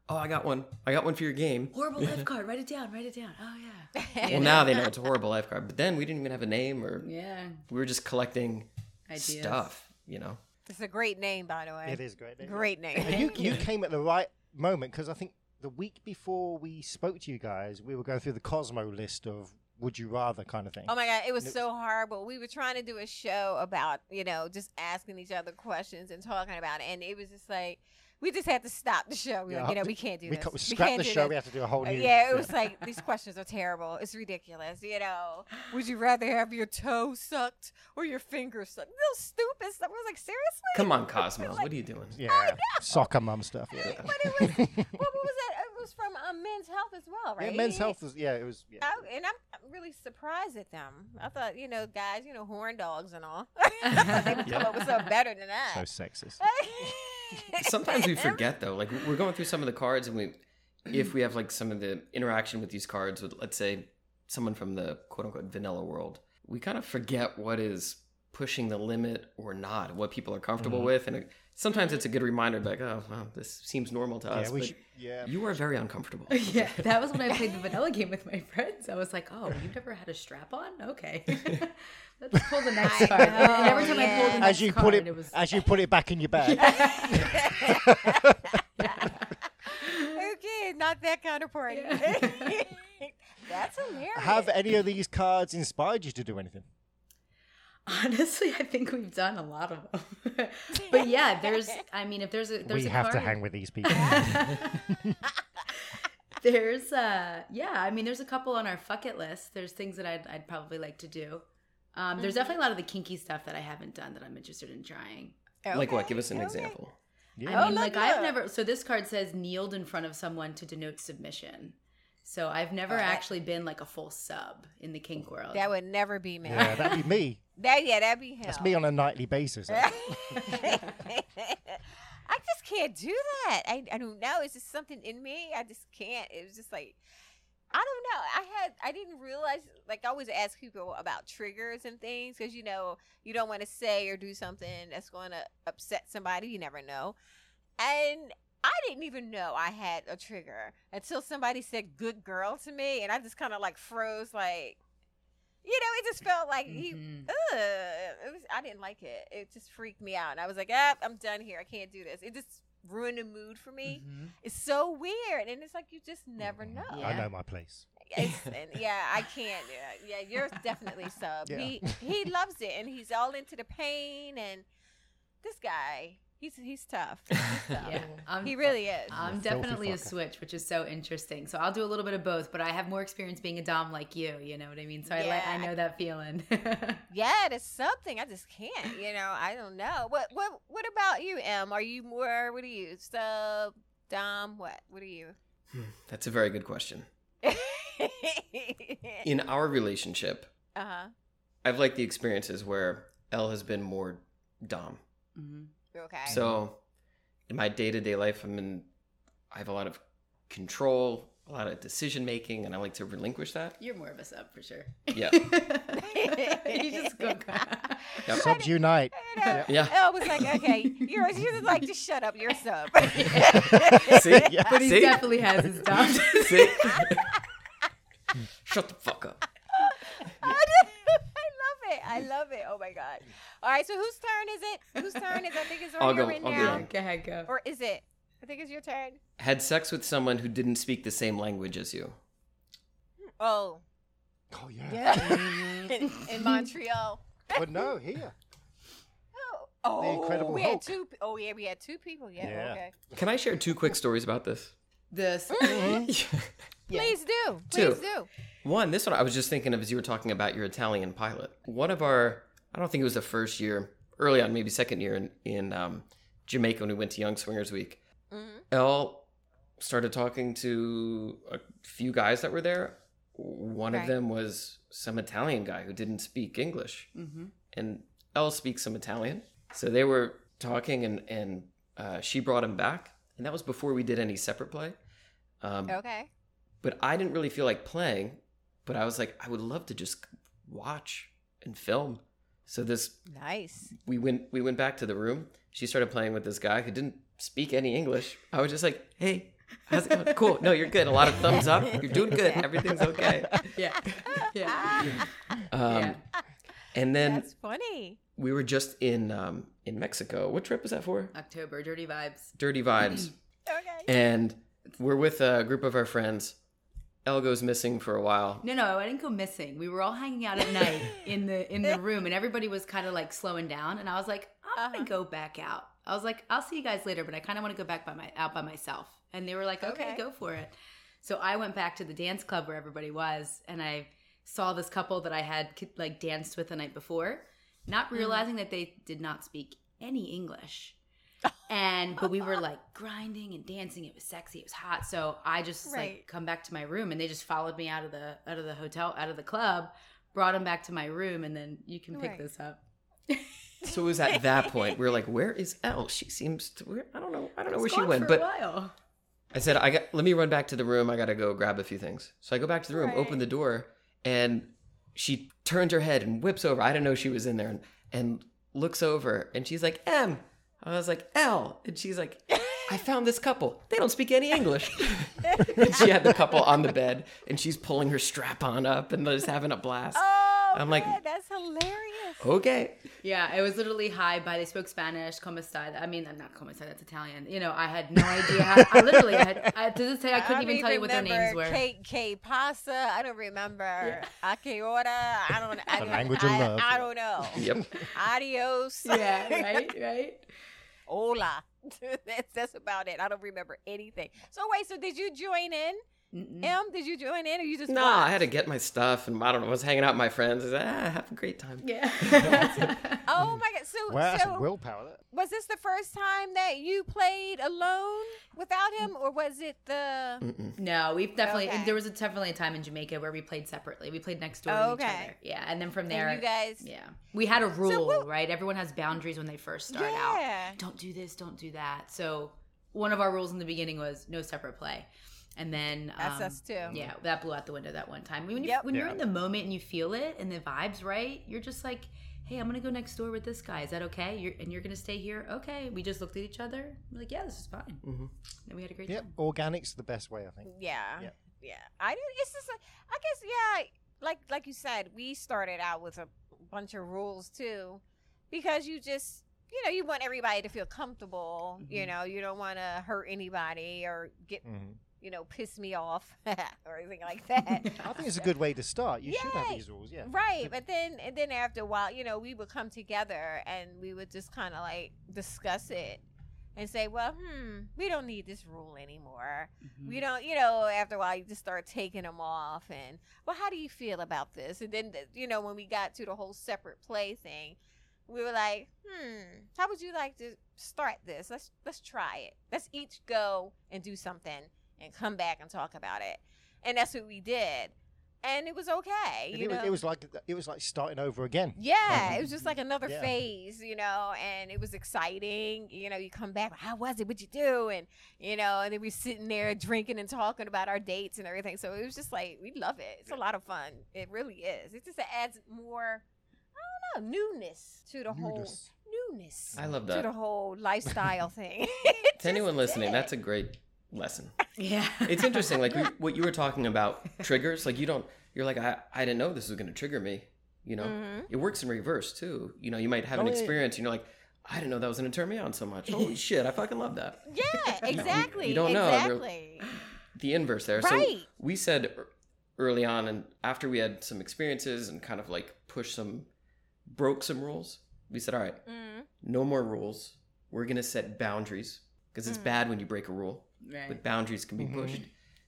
Speaker 4: oh, I got one. I got one for your game.
Speaker 5: *laughs* Horrible life card. Write it down. Write it down. Oh yeah.
Speaker 4: Well, now they know it's a horrible life card. But then we didn't even have a name, or
Speaker 5: Yeah.
Speaker 4: we were just collecting
Speaker 5: Ideas.
Speaker 4: stuff. You know,
Speaker 2: It's a great name, by the way.
Speaker 1: *laughs* It is great. isn't it?
Speaker 2: Great name.
Speaker 1: And you you came at the right moment because I think the week before we spoke to you guys, we were going through the Cosmo list of would you rather kind of thing.
Speaker 2: Oh my god, it was so horrible. We were trying to do a show about, you know, just asking each other questions and talking about it. And it was just like we just had to stop the show. We were like, you
Speaker 1: Yeah.
Speaker 2: know, we can't do
Speaker 1: we
Speaker 2: this.
Speaker 1: can't,
Speaker 2: We
Speaker 1: scrap
Speaker 2: can't
Speaker 1: the
Speaker 2: do
Speaker 1: show.
Speaker 2: this."
Speaker 1: We have to do a whole
Speaker 2: Uh,
Speaker 1: new.
Speaker 2: yeah, it
Speaker 1: *laughs*
Speaker 2: was like
Speaker 4: *laughs*
Speaker 2: these questions are terrible. It's ridiculous. You know, would you rather have your toe sucked or your finger sucked? Real stupid stuff. I was like, seriously?
Speaker 4: Come on,
Speaker 5: *laughs*
Speaker 4: Cosmo. What are you doing?
Speaker 2: *laughs*
Speaker 1: yeah, soccer mum stuff. *laughs* Yeah,
Speaker 2: But it was *laughs* what, what was that? It was from um, Men's Health as well, right?
Speaker 1: yeah. Men's health was yeah. It was yeah.
Speaker 2: I, and I'm, I'm really surprised at them. I thought, you know, guys, you know, horn dogs and all. *laughs* they
Speaker 4: *laughs*
Speaker 2: would come up with something better than
Speaker 1: so
Speaker 2: that.
Speaker 1: sexist.
Speaker 2: *laughs*
Speaker 4: Sometimes we forget though. Like we're going through some of the cards, and we, if we have like some of the interaction with these cards with, let's say, someone from the quote unquote vanilla world, we kind of forget what is pushing the limit or not, what people are
Speaker 1: Mm-hmm.
Speaker 4: comfortable with, and it, sometimes it's a good reminder, like, oh, well, this seems normal to us.
Speaker 1: Yeah, we
Speaker 4: but
Speaker 1: should, *laughs* yeah.
Speaker 4: You are very uncomfortable.
Speaker 5: *laughs* Yeah, that was when I played the vanilla game with my friends. I was like, "Oh, you've never had a strap on? Okay, *laughs* let's pull the next
Speaker 2: I
Speaker 5: card." And
Speaker 2: know,
Speaker 5: every time I
Speaker 2: yeah.
Speaker 5: pulled the next
Speaker 1: As you
Speaker 5: card,
Speaker 1: put it,
Speaker 5: it was
Speaker 1: as you put it back in your
Speaker 2: *laughs*
Speaker 1: bag.
Speaker 2: okay, not that kind of party.
Speaker 4: *laughs*
Speaker 2: *laughs* That's hilarious.
Speaker 1: Have any of these cards inspired you to do anything?
Speaker 5: honestly, I think we've done a lot of them. *laughs* but yeah, there's. I mean, if there's a there's
Speaker 1: we
Speaker 5: a
Speaker 1: have to
Speaker 5: card-
Speaker 1: hang
Speaker 2: *laughs*
Speaker 1: with these people.
Speaker 5: there's uh yeah i mean there's a couple on our fuck it list there's things that i'd, I'd probably like to do um,
Speaker 2: Mm-hmm.
Speaker 5: there's definitely a lot of the kinky stuff that i haven't done that i'm interested in trying
Speaker 4: Like what?
Speaker 2: Okay,
Speaker 4: Give us an
Speaker 2: okay.
Speaker 4: example.
Speaker 1: *laughs* yeah.
Speaker 5: i mean
Speaker 2: look,
Speaker 5: like i've
Speaker 2: look.
Speaker 5: never so this card says kneeled in front of someone to denote submission so i've never
Speaker 2: Oh, that-
Speaker 5: actually been like a full sub in the kink world
Speaker 2: That would never be me.
Speaker 1: yeah, that'd be
Speaker 2: *laughs*
Speaker 1: me.
Speaker 2: That yeah, that'd be hell. *laughs*
Speaker 1: That's me on a nightly basis.
Speaker 2: I just can't do that. I, I don't know. It's just something in me. I just can't. It was just like I don't know. I had I didn't realize like I always ask people about triggers and things because you know you don't want to say or do something that's going to upset somebody. You never know. And I didn't even know I had a trigger until somebody said "good girl" to me, and I just kind of like froze. Like you know, it just felt like you
Speaker 5: Mhm.
Speaker 2: ugh, it was, I didn't like it. It just freaked me out. And I was like, ah, I'm done here. I can't do this. It just ruined the mood for me.
Speaker 1: Mm-hmm.
Speaker 5: Mhm.
Speaker 2: It's so weird. And it's like, you just never know.
Speaker 1: I
Speaker 5: Mm-hmm. Yeah.
Speaker 1: know my place.
Speaker 2: It's- and yeah, I can't. Yeah, yeah you're definitely sub.
Speaker 1: Yeah.
Speaker 2: He, he loves it and he's all into the pain. And this guy, he's, he's tough.
Speaker 5: *laughs*
Speaker 2: He's tough.
Speaker 5: yeah I'm-
Speaker 2: He really is.
Speaker 5: I'm
Speaker 1: filthy
Speaker 5: definitely a
Speaker 1: fucker.
Speaker 5: switch, which is so interesting. So I'll do a little bit of both, but I have more experience being a dom like you. You know what I mean? So I like I
Speaker 2: Yeah.
Speaker 5: know that feeling. *laughs*
Speaker 2: yeah, there's something I just can't. You know, I don't know. What what what about you, Em? Are you more? What are you? Sub, dom? What? What are you?
Speaker 4: That's a very good question. *laughs*
Speaker 2: uh Eh.
Speaker 4: In our relationship, Uh-huh.
Speaker 2: huh.
Speaker 4: I've liked the experiences where L has been more dom.
Speaker 5: Mhm.
Speaker 2: Okay. *laughs*
Speaker 4: So in my day to day life, I'm in, I have a lot of control, a lot of decision making, and I like to relinquish that.
Speaker 5: You're more of a sub for sure.
Speaker 4: Yeah.
Speaker 5: *laughs* you just
Speaker 2: *laughs*
Speaker 5: go.
Speaker 4: Yep.
Speaker 1: Subs unite.
Speaker 2: You know,
Speaker 4: Yeah.
Speaker 2: Elle was like, okay, you're, you're like, just shut up, you're sub. *laughs*
Speaker 5: *laughs*
Speaker 4: See?
Speaker 1: Yeah.
Speaker 5: But he
Speaker 4: See?
Speaker 5: definitely
Speaker 4: *laughs*
Speaker 5: has his dom.
Speaker 4: See? Shut the fuck up.
Speaker 2: I love it. *laughs* I love it. Oh my god. All right, so whose turn is it? Whose turn is? I think it's
Speaker 4: I'll
Speaker 2: on your
Speaker 4: go-
Speaker 2: right
Speaker 4: I'll go
Speaker 2: now,
Speaker 4: then.
Speaker 5: *laughs* go ahead, go.
Speaker 2: or is it? I think it's your turn.
Speaker 4: Had sex with someone who didn't speak the same language as you.
Speaker 2: Oh,
Speaker 1: Oh yeah.
Speaker 2: *laughs* in, in Montreal.
Speaker 1: But
Speaker 2: *laughs*
Speaker 1: no, here.
Speaker 2: Oh, oh,
Speaker 1: Incredible
Speaker 2: we had
Speaker 1: Hulk.
Speaker 2: two. Oh yeah, we had two people. Yeah.
Speaker 1: Yeah.
Speaker 2: Okay.
Speaker 4: Can I share two quick stories about
Speaker 5: *laughs*
Speaker 4: this?
Speaker 5: This.
Speaker 2: Please do.
Speaker 4: Two.
Speaker 2: Please do.
Speaker 4: One, this one I was just thinking of as you were talking about your Italian pilot. One of our, I don't think it was the first year, early on, maybe second year in, in um, Jamaica when we went to Young Swingers Week. Elle started talking to a few guys that were there. One
Speaker 2: Right.
Speaker 4: of them was some Italian guy who didn't speak English
Speaker 5: Mm-hmm.
Speaker 4: and Elle speaks some Italian. So they were talking, and and uh, she brought him back, and that was before we did any separate play. Um,
Speaker 2: Okay.
Speaker 4: But I didn't really feel like playing. But I was like, I would love to just watch and film. So this
Speaker 2: Nice.
Speaker 4: we went we went back to the room. She started playing with this guy who didn't speak any English. I was just like, hey. How's it going? *laughs* Cool. No, you're good. A lot of thumbs up. You're doing good. Everything's okay.
Speaker 5: Yeah. *laughs* Yeah.
Speaker 4: Um,
Speaker 5: Yeah.
Speaker 4: And then
Speaker 2: That's funny.
Speaker 4: we were just in um, in Mexico. What trip was that for?
Speaker 5: October, dirty vibes.
Speaker 4: dirty vibes
Speaker 2: Okay.
Speaker 4: and we're with a group of our friends el goes missing for a while
Speaker 5: No, no, I didn't go missing. We were all hanging out at
Speaker 2: Uh-huh.
Speaker 5: Uh-huh. night in the in the room, and everybody was kind of like slowing down. And I was like, I'm gonna go back out. I was like, I'll see you guys later, but I kind of want to go back by my out by myself. And they were like, okay,
Speaker 2: Okay.
Speaker 5: go for it. So I went back to the dance club where everybody was, and I saw this couple that I had like danced with the night before, not realizing that they did not speak any *laughs* English. And but we were like grinding and dancing. It was sexy. It was hot. So I just like
Speaker 2: Right.
Speaker 5: come back to my room, and they just followed me out of the out of the hotel, out of the club, brought them back to my room, and then you can pick
Speaker 2: Right.
Speaker 5: this up.
Speaker 4: So it was at that point we were like, "Where is Elle? She seems to. Where, I don't know. I don't know where
Speaker 5: It's
Speaker 4: she
Speaker 5: gone
Speaker 4: went."
Speaker 5: for a
Speaker 4: But
Speaker 5: while.
Speaker 4: I said, "I got. Let me run back to the room. I gotta go grab a few things." So I go back to the room, open
Speaker 2: Right.
Speaker 4: the door, and she turns her head and whips over. I didn't know she was in there, and, and looks over, and she's like, "M." I was like, "L," and she's like, "I found this couple. They don't speak any English." *laughs* and she had the couple on the bed, and she's pulling her strap on up, and they're just having a blast.
Speaker 2: Oh,
Speaker 4: I'm like-
Speaker 2: man, that's hilarious.
Speaker 5: Oh.
Speaker 4: Okay.
Speaker 5: Yeah, it was literally hi, bye. They spoke Spanish, como está. I mean, not como está, that's Italian. You know, I had no idea. How, I literally, had, I, to this day, I couldn't
Speaker 2: don't
Speaker 5: even tell you what their names
Speaker 2: remember
Speaker 5: were.
Speaker 2: K, K pasta. I don't remember. Akeora. I don't. I
Speaker 1: The
Speaker 2: don't,
Speaker 1: language of
Speaker 2: I,
Speaker 1: love.
Speaker 2: I don't
Speaker 4: *laughs*
Speaker 2: know.
Speaker 4: Yep.
Speaker 2: Adios.
Speaker 5: Yeah, right, right.
Speaker 2: Hola. *laughs* that's that's about it. I don't remember anything. So wait. So did you join in?
Speaker 5: Mm-mm.
Speaker 2: Em, did you join in, or you just?
Speaker 4: No,
Speaker 2: watched?
Speaker 4: Mm. I had to get my stuff, and I don't know. I was hanging out with my friends. I was like, ah, have a great time.
Speaker 5: Yeah.
Speaker 2: Oh
Speaker 4: Mm.
Speaker 2: my god. So
Speaker 1: Wow, that's
Speaker 2: so
Speaker 1: willpower. That-
Speaker 2: was this the first time that you played alone without
Speaker 4: Mm.
Speaker 2: him, or was it the?
Speaker 4: Mm-mm.
Speaker 5: *laughs* no, we've definitely,
Speaker 2: Okay.
Speaker 5: there was a, definitely a time in Jamaica where we played separately. We played next door to each
Speaker 2: Okay.
Speaker 5: other. Yeah, and then from
Speaker 2: and
Speaker 5: there,
Speaker 2: you guys.
Speaker 5: yeah. We had a rule,
Speaker 2: what-
Speaker 5: right? Everyone has boundaries when they first start out.
Speaker 2: Yeah.
Speaker 5: don't do this, don't do that. So one of our rules in the beginning was no separate play. And then
Speaker 2: That's
Speaker 5: um,
Speaker 2: us too.
Speaker 5: Yeah, that blew out the window that one time. When, you,
Speaker 2: Yep.
Speaker 5: when you're
Speaker 1: Yeah.
Speaker 5: in the moment and you feel it and the vibes right, you're just like, hey, I'm gonna go next door with this guy. Is that okay? You're, and you're gonna stay here? Okay. We just looked at each other. We're like, yeah, this is fine.
Speaker 4: Mhm.
Speaker 5: And we had a great
Speaker 1: yeah,
Speaker 2: *laughs*
Speaker 5: time.
Speaker 1: organic's the best way, I think.
Speaker 2: Yeah.
Speaker 1: Yeah.
Speaker 2: Yeah. I did it's just like- I guess yeah, like like you said, we started out with a bunch of rules too because you just you know, you want everybody to feel comfortable, you
Speaker 5: Mhm.
Speaker 2: know, you don't want to hurt anybody or get,
Speaker 1: Mhm.
Speaker 2: you know, piss me off *laughs* or anything like
Speaker 5: *laughs*
Speaker 2: that.
Speaker 1: I think it's a good way to start. You should have
Speaker 2: Yay!
Speaker 1: these rules, yeah.
Speaker 2: Right, but then and then after a while, you know, we would come together and we would just kind of like discuss it and say, "Well, hmm, we don't need this rule anymore."
Speaker 5: Mm-hmm.
Speaker 1: Mm-hmm.
Speaker 2: we don't you know after a while you just start taking them off and well how do you feel about this and then you know when we got to the whole separate play thing we were like hmm how would you like to start this let's let's try it let's each go and do something and come back and talk about it and that's what we did and it was okay
Speaker 1: And
Speaker 2: you
Speaker 1: it,
Speaker 2: know
Speaker 1: was, it was like it was like starting over again.
Speaker 2: yeah,
Speaker 1: Like,
Speaker 2: it was just like another
Speaker 1: yeah.
Speaker 2: phase, you know, and it was exciting. You know, you come back, how was it? What'd you do? And you know, and then we're sitting there drinking and talking about our dates and everything. So it was just like we love it. It's a lot of fun. It really is. It just adds more, I don't know, newness to the
Speaker 1: Nudists.
Speaker 2: whole newness
Speaker 4: I love
Speaker 2: to the
Speaker 4: that.
Speaker 2: whole
Speaker 4: *laughs*
Speaker 2: lifestyle thing. *laughs*
Speaker 4: To anyone listening, that's a great lesson.
Speaker 5: Yeah.
Speaker 2: *laughs*
Speaker 4: It's interesting, like we, what you were talking about triggers. Like you don't, you're like, I, I didn't know this was going to trigger me. You know,
Speaker 2: Mhm.
Speaker 4: it works in reverse too. You know, you might have
Speaker 1: Oh,
Speaker 4: an
Speaker 1: yeah, yeah.
Speaker 4: experience, and you're like, I didn't know that was going to turn me on so much. Holy shit, I fucking love that. *laughs*
Speaker 2: yeah, exactly.
Speaker 4: don't know. They're-
Speaker 2: exactly.
Speaker 4: the inverse there.
Speaker 2: Right.
Speaker 4: So we said ear- early on, and after we had some experiences and kind of like pushed some, broke some rules, we said, all right,
Speaker 2: Mhm.
Speaker 4: no more rules. We're going to set boundaries because it's bad when you break a rule, but
Speaker 5: *laughs* right.
Speaker 4: boundaries can be
Speaker 1: Mhm.
Speaker 4: pushed.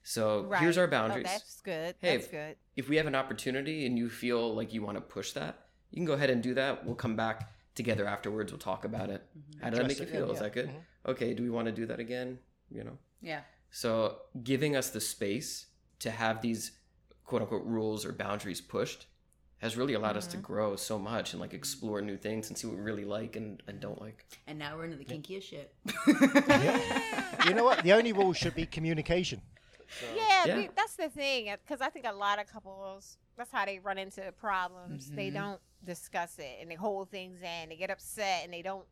Speaker 4: So
Speaker 2: Right.
Speaker 4: here's our
Speaker 2: Oh,
Speaker 4: boundaries.
Speaker 2: that's good.
Speaker 4: Hey,
Speaker 2: that's good.
Speaker 4: if we have an opportunity and you feel like you want to push that, you can go ahead and do that. We'll come back together afterwards. We'll talk about it.
Speaker 5: Mm-hmm.
Speaker 4: How did that
Speaker 1: Address
Speaker 4: make you
Speaker 1: it, yeah,
Speaker 4: feel? Is
Speaker 1: yeah.
Speaker 4: that good?
Speaker 1: Mhm.
Speaker 4: Okay, do we want to do that again? You know?
Speaker 5: Yeah.
Speaker 4: So giving us the space to have these quote unquote rules or boundaries pushed has really allowed us to grow so much and like explore new things and see what we really like and, and don't like.
Speaker 5: And now we're into the
Speaker 1: *laughs*
Speaker 5: kinkiest shit.
Speaker 1: You
Speaker 5: *laughs*
Speaker 1: know what? The only rule should be communication.
Speaker 2: Yeah,
Speaker 4: Yeah.
Speaker 2: We, that's the thing. Because I think a lot of couples, that's how they run into problems. They
Speaker 1: Mm-hmm.
Speaker 5: Mhm.
Speaker 2: don't discuss it and they hold things in. They get upset and they don't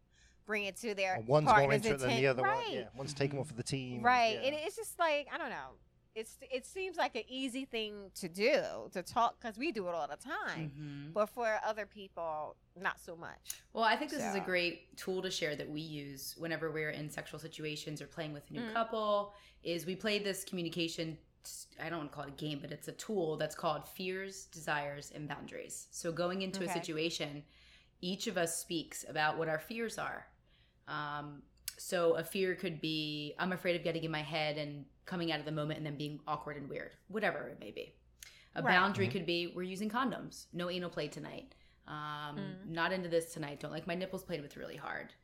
Speaker 2: bring it to their
Speaker 1: And one's
Speaker 2: partner's
Speaker 1: more into it than
Speaker 2: atten-
Speaker 1: the other
Speaker 2: right,
Speaker 1: one. Yeah, one's taken off of the team.
Speaker 2: Right.
Speaker 1: yeah.
Speaker 2: And it's just like I don't know. It's it seems like an easy thing to do to talk because we do it all the
Speaker 1: Mm-hmm.
Speaker 2: time.
Speaker 5: Mhm.
Speaker 2: But for other people, not so much.
Speaker 5: Well, I think this is a
Speaker 2: So-
Speaker 5: great tool to share that we use whenever we're in sexual situations or playing with a new
Speaker 2: Mhm.
Speaker 5: couple. Is we play this communication. I don't want to call it a game, but it's a tool that's called fears, desires, and boundaries. So going into a
Speaker 2: Okay.
Speaker 5: situation, each of us speaks about what our fears are. Um, so a fear could be I'm afraid of getting in my head and coming out of the moment and then being awkward and weird, whatever it may be. A
Speaker 6: Right.
Speaker 5: boundary could be we're using condoms, no anal play tonight. Um,
Speaker 6: Mm.
Speaker 5: Not into this tonight. Don't like my nipples played with really hard.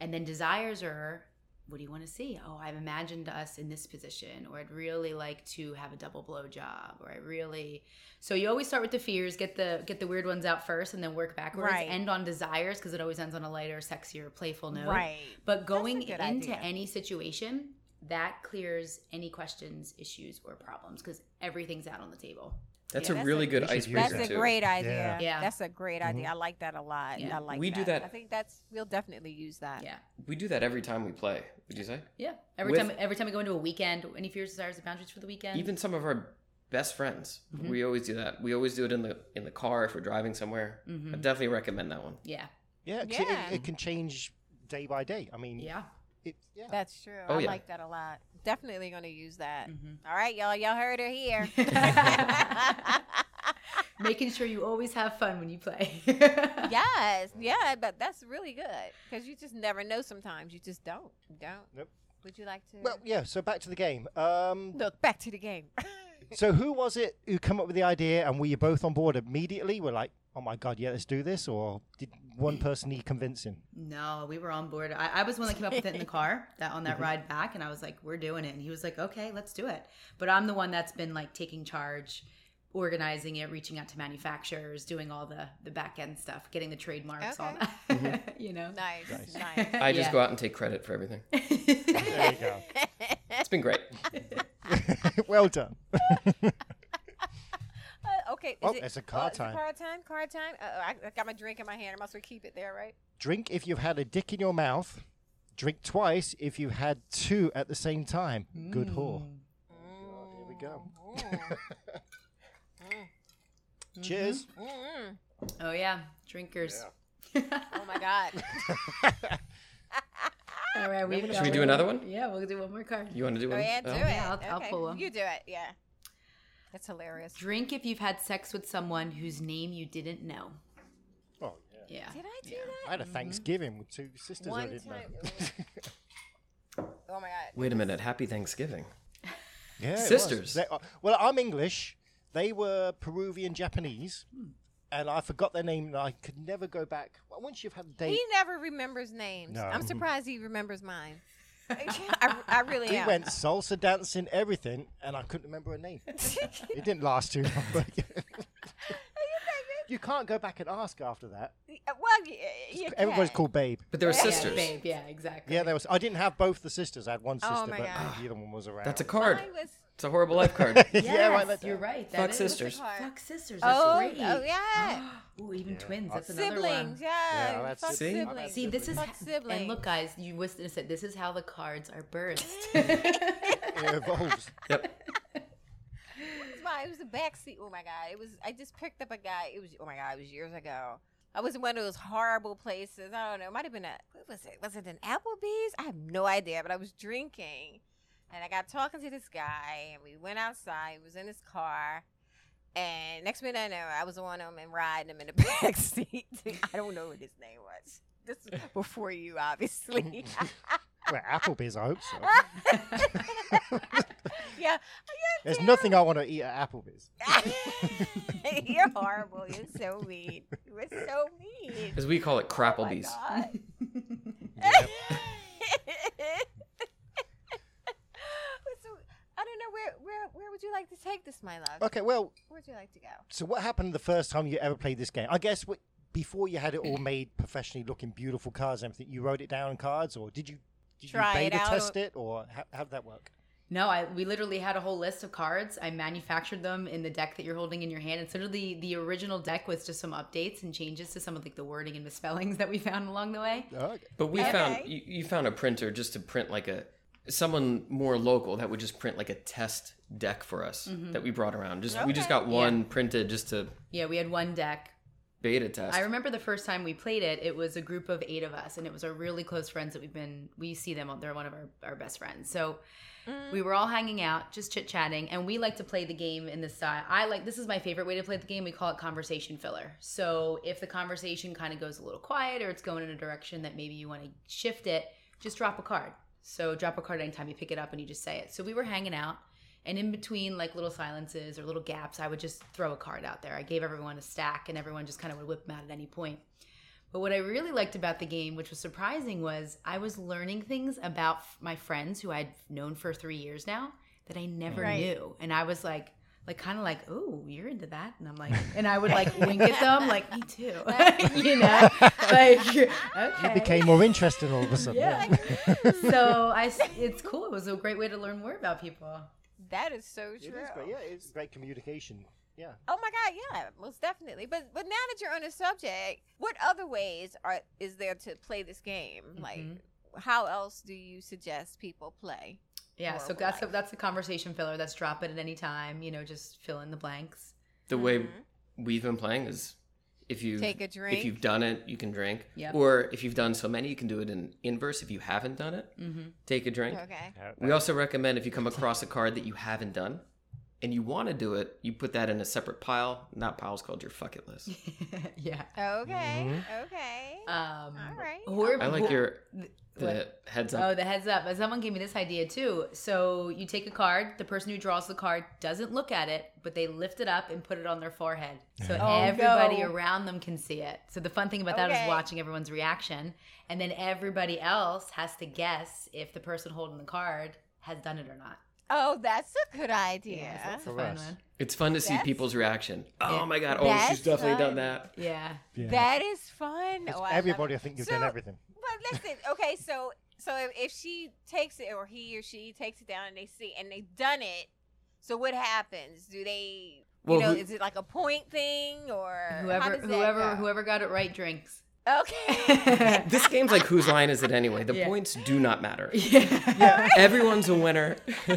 Speaker 5: And then desires are what do you want to see? Oh, I've imagined us in this position, or I'd really like to have a double blow job, or I really. So you always start with the fears, get the get the weird ones out first, and then work backwards.
Speaker 6: Right.
Speaker 5: End on desires because it always ends on a lighter, sexier, playful note.
Speaker 6: Right.
Speaker 5: But
Speaker 2: a
Speaker 5: going
Speaker 2: good
Speaker 5: into
Speaker 2: idea.
Speaker 5: any situation, that clears any questions, issues, or problems because everything's out on the table.
Speaker 4: That's
Speaker 2: Yeah,
Speaker 4: a
Speaker 2: that's
Speaker 4: really
Speaker 2: a-
Speaker 4: good
Speaker 1: we should use
Speaker 4: icebreaker
Speaker 2: That's
Speaker 1: that
Speaker 2: a
Speaker 4: too.
Speaker 2: great idea.
Speaker 1: Yeah.
Speaker 5: Yeah.
Speaker 2: That's a great
Speaker 1: Mhm.
Speaker 2: idea. I like that a lot.
Speaker 5: Yeah.
Speaker 2: I like
Speaker 4: We do that-
Speaker 2: I think that's we'll definitely use that.
Speaker 5: Yeah,
Speaker 4: We do that every time we play. Would you say?
Speaker 5: yeah. Every
Speaker 4: With-
Speaker 5: time, every time I go into a weekend, any fears, desires, and boundaries for the weekend.
Speaker 4: Even some of our best friends,
Speaker 2: Mm-hmm.
Speaker 5: Mhm.
Speaker 4: we always do that. We always do it in the in the car if we're driving somewhere.
Speaker 2: Mm-hmm.
Speaker 5: Mhm.
Speaker 4: I definitely recommend that one.
Speaker 5: yeah,
Speaker 1: Yeah, 'cause
Speaker 2: Yeah.
Speaker 1: It, it can change day by day. I mean,
Speaker 5: *laughs* yeah.
Speaker 1: It, yeah.
Speaker 2: That's true.
Speaker 4: Oh,
Speaker 2: I
Speaker 4: yeah.
Speaker 2: like that a lot. Mm. Definitely gonna use that.
Speaker 5: hmm
Speaker 2: All right, y'all. Y'all heard her *laughs* here.
Speaker 5: *laughs* Making sure you always have fun when you play. *laughs*
Speaker 2: yes. Yeah, but that's really good because you just never know. Sometimes you just don't. You Don't.
Speaker 1: Nope.
Speaker 2: Would you like to
Speaker 1: Well, yeah. So back to the game. Um,
Speaker 2: look back to the game?
Speaker 1: so who was it who came up with the idea, and were you both on board immediately? We're like, oh my god, yeah, let's do this. Or did one person need convincing?
Speaker 5: No, we were on board. I, I was the one that came up with it in the car that on
Speaker 4: Mm-hmm.
Speaker 5: that ride back, and I was like, "We're doing it," and he was like, "Okay, let's do it." But I'm the one that's been like taking charge, organizing it, reaching out to manufacturers, doing all the the back end stuff, getting the trademarks, all
Speaker 2: Okay.
Speaker 5: that.
Speaker 4: Mm-hmm.
Speaker 5: *laughs* you know.
Speaker 2: *laughs* nice.
Speaker 1: Nice.
Speaker 2: *laughs* Nice.
Speaker 4: I just go out and take credit for everything.
Speaker 1: There you go. *laughs*
Speaker 4: It's
Speaker 2: *laughs*
Speaker 4: been great.
Speaker 1: well done.
Speaker 2: Uh, okay. is
Speaker 1: Oh, it's a card
Speaker 2: is it
Speaker 1: time.
Speaker 2: Card time. Card time. Uh, I, I got my drink in my hand. I must well keep it there, right?
Speaker 1: Drink if you've had a dick in your mouth. Drink twice if you've had two at the same time. Good whore. Here we go. Cheers.
Speaker 2: *laughs* Mm.
Speaker 5: *laughs* Oh yeah, drinkers.
Speaker 2: Oh my God.
Speaker 5: all right, we've
Speaker 4: Should
Speaker 5: got
Speaker 4: we do
Speaker 5: one.
Speaker 4: another one?
Speaker 5: Yeah, we'll do one more card.
Speaker 4: You want to do
Speaker 2: Go
Speaker 4: one?
Speaker 2: ahead, do
Speaker 4: Oh.
Speaker 2: it.
Speaker 5: Yeah, I'll- I'll
Speaker 2: Okay,
Speaker 5: pull 'em.
Speaker 2: You do it. Yeah. That's hilarious.
Speaker 5: Drink if you've had sex with someone whose name you didn't know.
Speaker 1: Oh, yeah.
Speaker 5: Yeah.
Speaker 2: Did I do
Speaker 1: I had a Thanksgiving with two sisters
Speaker 2: that? One
Speaker 1: I didn't
Speaker 2: time.
Speaker 1: know. *laughs*
Speaker 2: oh my God.
Speaker 4: Wait a minute. Happy Thanksgiving.
Speaker 1: Yeah, it was.
Speaker 4: Sisters.
Speaker 1: They are- well, I'm English. They were Peruvian Japanese, and I forgot their name, and I could never go back. Well, once you've had a date,
Speaker 2: He never remembers names.
Speaker 1: No.
Speaker 2: I'm surprised he remembers mine. *laughs* I, I really
Speaker 1: we
Speaker 2: am.
Speaker 1: went salsa dancing, everything, and I couldn't remember
Speaker 2: *laughs*
Speaker 1: her name. it didn't last too long. *laughs* But you can't go back and ask after that.
Speaker 2: Well, you, you
Speaker 1: Everybody's
Speaker 2: can.
Speaker 1: called babe.
Speaker 4: But there were
Speaker 5: Yeah,
Speaker 4: sisters.
Speaker 5: babe. Yeah, exactly.
Speaker 1: Yeah, there was. I didn't have both the sisters. I had one sister,
Speaker 2: Oh my
Speaker 1: but
Speaker 2: God.
Speaker 1: neither one was around.
Speaker 4: That's a card.
Speaker 2: Mine was
Speaker 4: It's a horrible
Speaker 2: *laughs*
Speaker 4: life card.
Speaker 1: *laughs* yeah, right.
Speaker 5: Yes,
Speaker 1: That,
Speaker 5: you're right. that
Speaker 4: Fuck
Speaker 5: is-
Speaker 4: sisters.
Speaker 2: hard.
Speaker 5: Fuck sisters. That's
Speaker 2: Oh,
Speaker 5: great.
Speaker 2: oh
Speaker 5: *gasps*
Speaker 2: yeah.
Speaker 5: Ooh, even twins. That's another
Speaker 2: siblings,
Speaker 5: one.
Speaker 2: yeah.
Speaker 1: Yeah, that's
Speaker 2: fuck
Speaker 1: it.
Speaker 4: See?
Speaker 2: siblings.
Speaker 5: See, this is
Speaker 2: Fuck siblings.
Speaker 5: and look, guys, you witnessed it. This is how the cards are burst.
Speaker 2: *laughs*
Speaker 1: It evolves.
Speaker 4: Yep.
Speaker 2: That's why it was the backseat. Oh my god, it was. I just picked up a guy. It was. Oh my god, it was years ago. I was in one of those horrible places. I don't know. It might have been a. What was it? Was it an Applebee's? I have no idea. But I was drinking, and I got talking to this guy, and we went outside. He was in his car. And next minute I know, I was on him and riding him in the *laughs* back seat. I don't know what his name was. This was before you, obviously. *laughs*
Speaker 1: Well, Applebee's. I hope so.
Speaker 2: yeah,
Speaker 1: There's nothing I want to eat at
Speaker 2: *laughs*
Speaker 1: Applebee's.
Speaker 2: You're horrible. You're so mean. You were so mean.
Speaker 4: As we call it,
Speaker 2: Oh my
Speaker 4: crapplebees.
Speaker 2: God. *laughs* so, I don't know where, where where would you like to take this, my love?
Speaker 1: Okay, well,
Speaker 2: Where would you like to go?
Speaker 1: so what happened the first time you ever played this game? I guess what, before you had it all made professionally, looking beautiful cards and everything, you wrote it down in cards, or did you? Did
Speaker 2: Try
Speaker 1: you
Speaker 2: it
Speaker 1: beta
Speaker 2: out
Speaker 1: test
Speaker 2: on-
Speaker 1: it, or how, how did that work?
Speaker 5: no, I we literally had a whole list of cards. I manufactured them in the deck that you're holding in your hand. And sort of the the original deck was just some updates and changes to some of like the wording and misspellings *laughs* that we found along the way.
Speaker 4: But we
Speaker 2: Okay.
Speaker 4: found you, you found a printer just to print like a someone more local that would just print like a test deck for us that we brought around. Just we just
Speaker 2: Mm-hmm. Okay.
Speaker 4: got one printed just to
Speaker 5: Yeah, we had one deck.
Speaker 4: beta test.
Speaker 5: I remember the first time we played it, it was a group of eight of us, and it was our really close friends that we've been, we see them, they're one of our, our best friends. So we were all hanging out, just chit chatting, and we like to play the game in the style. I like, this is my favorite way to play the game. We call it conversation filler. So if the conversation kind of goes a little quiet or it's going in a direction that maybe you want to shift it, just drop a card. So drop a card anytime you pick it up and you just say it. So we were hanging out. And in between like little silences or little gaps, I would just throw a card out there. I gave everyone a stack and everyone just kind of would whip them out at any point. But what I really liked about the game, which was surprising, was I was learning things about f- my friends who I'd known for three years now that I never
Speaker 6: Right.
Speaker 5: knew. And I was like, like kind of like, oh, you're into that,
Speaker 1: *laughs*
Speaker 5: and I'm like, and I would like wink at them, like me too, *laughs* you know, like *laughs* okay.
Speaker 1: You became more interested all of
Speaker 2: *laughs*
Speaker 1: a sudden.
Speaker 5: Yeah. so I, s- it's cool. It was a great way to learn more about people.
Speaker 2: That is so
Speaker 1: It is
Speaker 2: true.
Speaker 1: great. Yeah, it's great communication. Yeah.
Speaker 2: Oh my God, yeah, most definitely. But but now that you're on the subject, what other ways are is there to play this game? Like,
Speaker 5: Mhm.
Speaker 2: how else do you suggest people play?
Speaker 5: Yeah,
Speaker 2: more
Speaker 5: so
Speaker 2: of a
Speaker 5: that's a,
Speaker 2: life.
Speaker 5: that's a conversation filler. That's drop it at any time. You know, just fill in the blanks.
Speaker 4: the way
Speaker 2: Mhm.
Speaker 4: we've been playing is if you
Speaker 2: Take a drink.
Speaker 4: if you've done it, you can drink.
Speaker 5: Yep.
Speaker 4: Or if you've done so many, you can do it in inverse. If you haven't done it,
Speaker 5: Mm-hmm.
Speaker 4: take a drink.
Speaker 2: Okay.
Speaker 4: We also recommend if you come across a card that you haven't done and you want to do it, you put that in a separate pile. And that pile's called your fuck
Speaker 2: *laughs*
Speaker 4: it list.
Speaker 5: Mm-hmm. *laughs* yeah.
Speaker 2: Okay.
Speaker 1: Mhm.
Speaker 2: Okay.
Speaker 5: Um,
Speaker 2: All right.
Speaker 5: Or,
Speaker 4: I like your the
Speaker 5: What?
Speaker 4: heads
Speaker 5: Oh,
Speaker 4: up.
Speaker 5: the heads up. Someone gave me this idea too. So you take a card. The person who draws the card doesn't look at it, but they lift it up and put it on their forehead, so
Speaker 2: Oh,
Speaker 5: everybody
Speaker 2: no.
Speaker 5: around them can see it. So the fun thing about that is
Speaker 2: Okay.
Speaker 5: watching everyone's reaction, and then everybody else has to guess if the person holding the card has done it or not.
Speaker 2: Oh, that's a good idea.
Speaker 5: Yeah, so that's a
Speaker 1: For
Speaker 5: fun
Speaker 1: us.
Speaker 5: one.
Speaker 4: It's fun to see
Speaker 2: That's-
Speaker 4: people's reaction. Oh
Speaker 5: Yeah.
Speaker 4: my god! Oh,
Speaker 2: That's
Speaker 4: she's definitely
Speaker 2: fun.
Speaker 4: done that.
Speaker 5: Yeah.
Speaker 1: Yeah.
Speaker 2: That is fun.
Speaker 1: 'Cause
Speaker 2: Oh, I love
Speaker 1: everybody,
Speaker 2: it.
Speaker 1: I think you've
Speaker 2: So-
Speaker 1: done everything.
Speaker 2: But listen, okay, so so if, if she takes it or he or she takes it down and they see and they've done it, so what happens? Do they?
Speaker 4: Well,
Speaker 2: you know,
Speaker 4: who-
Speaker 2: *laughs* is it like a point thing or how
Speaker 5: Whoever
Speaker 2: does that
Speaker 5: whoever
Speaker 2: go?
Speaker 5: whoever got it
Speaker 2: *laughs*
Speaker 5: right drinks.
Speaker 4: *laughs*
Speaker 2: Okay.
Speaker 4: *laughs* This game's like whose line is it anyway? The
Speaker 5: Yeah.
Speaker 4: points do not matter.
Speaker 5: *laughs* yeah.
Speaker 4: Everyone's a winner. *laughs*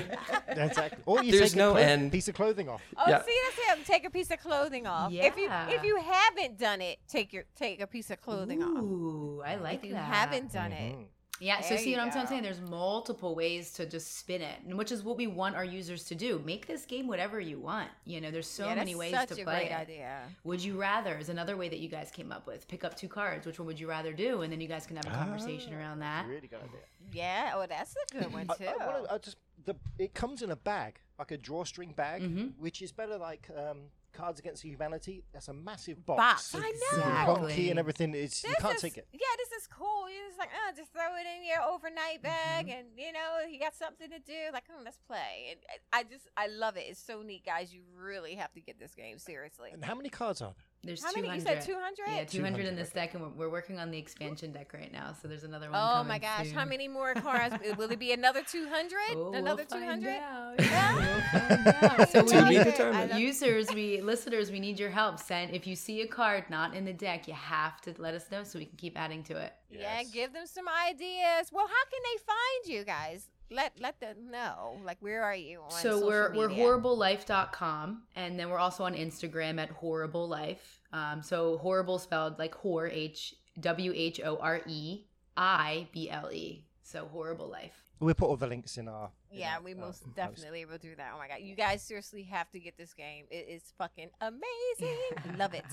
Speaker 1: Exactly. Or you
Speaker 4: There's
Speaker 1: take
Speaker 4: no
Speaker 1: a clo-
Speaker 4: end.
Speaker 1: piece of clothing off.
Speaker 2: Oh,
Speaker 4: Yeah.
Speaker 2: see, that's him. Take a piece of clothing off. If you
Speaker 5: Yeah.
Speaker 2: if you haven't done it, take your take a piece of clothing off.
Speaker 5: Ooh, I like
Speaker 2: if you
Speaker 5: that.
Speaker 2: haven't done it,
Speaker 4: Mm-hmm.
Speaker 1: Mhm.
Speaker 5: Yeah, so
Speaker 2: There
Speaker 5: see
Speaker 2: you
Speaker 5: what I'm, so I'm
Speaker 2: go.
Speaker 5: saying? There's multiple ways to just spin it, and which is what we want our users to do. Make this game whatever you want. You know, there's so
Speaker 2: Yeah,
Speaker 5: many
Speaker 2: that's
Speaker 5: ways
Speaker 2: such
Speaker 5: to
Speaker 2: a
Speaker 5: play
Speaker 2: great
Speaker 5: it.
Speaker 2: idea.
Speaker 5: Would you rather is another way that you guys came up with. Pick up two cards. Which one would you rather do? And then you guys can have a conversation
Speaker 1: Ah,
Speaker 5: around
Speaker 1: that's
Speaker 5: that.
Speaker 2: Oh.
Speaker 1: a Really good idea.
Speaker 2: Yeah, oh, that's a good one too.
Speaker 1: I, I, wanna- I just the it comes in a bag, like a drawstring bag,
Speaker 5: Mhm.
Speaker 2: Mm-hmm.
Speaker 1: which is better like um, Cards Against Humanity. That's a massive box.
Speaker 2: Box.
Speaker 1: It's
Speaker 2: I
Speaker 1: got a
Speaker 5: Exactly.
Speaker 1: Key and everything. It's you
Speaker 2: This
Speaker 1: can't
Speaker 2: is-
Speaker 1: take it.
Speaker 2: Yeah, this is cool. You just like, oh, just throw it in your overnight
Speaker 1: Mm-hmm.
Speaker 2: bag, and you know, you got something to do. Like, oh, let's play. And I- I just, I love it. It's so neat, guys. You really have to get this game seriously.
Speaker 1: And how many cards are there?
Speaker 5: There's
Speaker 2: How
Speaker 5: 200.
Speaker 2: many? You said two hundred.
Speaker 5: Yeah, 200 in
Speaker 1: 200,
Speaker 5: this
Speaker 1: okay.
Speaker 5: deck, and we're, we're working on the expansion deck right now. So there's another one.
Speaker 2: Oh my
Speaker 5: coming
Speaker 2: gosh, how
Speaker 5: soon.
Speaker 2: many
Speaker 5: *laughs*
Speaker 2: more cards? Will it be another two hundred?
Speaker 5: Oh,
Speaker 2: another
Speaker 5: we'll
Speaker 2: two
Speaker 5: find
Speaker 2: hundred? *laughs*
Speaker 5: out.
Speaker 2: Yeah. *laughs*
Speaker 5: *laughs* We'll find out. So
Speaker 2: To
Speaker 5: we
Speaker 4: be
Speaker 5: need
Speaker 4: determined. I
Speaker 2: love-
Speaker 5: users, we listeners, we need your help. Send if you see a card not in the deck, you have to let us know so we can keep adding to it.
Speaker 2: Yeah,
Speaker 1: Yes.
Speaker 2: give them some ideas. Well, how can they find you guys? Let let them know. Like, where are you on
Speaker 5: So
Speaker 2: social
Speaker 5: we're we're
Speaker 2: media?
Speaker 5: horriblelife.com and then we're also on Instagram at horrible life. Um, so horrible spelled like whore h w h o r e i b l e. So horrible life.
Speaker 1: We'll put all the links in our. in
Speaker 2: Yeah,
Speaker 1: our,
Speaker 2: we
Speaker 1: uh,
Speaker 5: *laughs*
Speaker 2: most
Speaker 1: post.
Speaker 2: definitely will do that. Oh my god, you guys seriously have to get this game. It is fucking amazing. Love
Speaker 5: *laughs*
Speaker 2: it,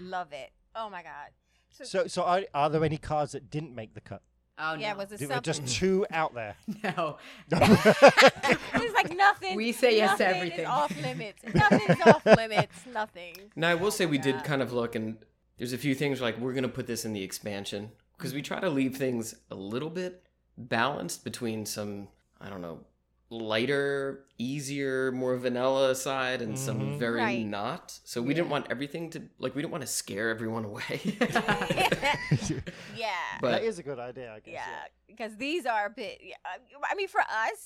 Speaker 2: love it. Oh my god. So,
Speaker 1: So, so are, are there any cards that didn't make the cut?
Speaker 5: Oh no.
Speaker 2: yeah, was it
Speaker 1: There were
Speaker 2: something?
Speaker 1: just two
Speaker 2: *laughs*
Speaker 1: out there.
Speaker 5: *laughs*
Speaker 1: *laughs*
Speaker 5: no. *laughs*
Speaker 2: it's like nothing.
Speaker 5: We say yes to
Speaker 2: nothing is
Speaker 5: everything.
Speaker 2: off
Speaker 5: *laughs*
Speaker 2: limits. Nothing's off limits. Nothing. *laughs*
Speaker 4: Now I will say
Speaker 2: my
Speaker 4: we
Speaker 2: God.
Speaker 4: did kind of look, and there's a few things like we're gonna put this in the expansion because we try to leave things a little bit balanced between some I don't know lighter, easier, more vanilla side, and some
Speaker 1: Mhm.
Speaker 4: very
Speaker 2: Right.
Speaker 4: not. So we didn't want everything to like we didn't want to scare everyone away.
Speaker 2: yeah.
Speaker 1: that
Speaker 4: *laughs* but
Speaker 1: is a good idea, I guess.
Speaker 2: yeah, because these are a bit. Yeah, I mean, for us,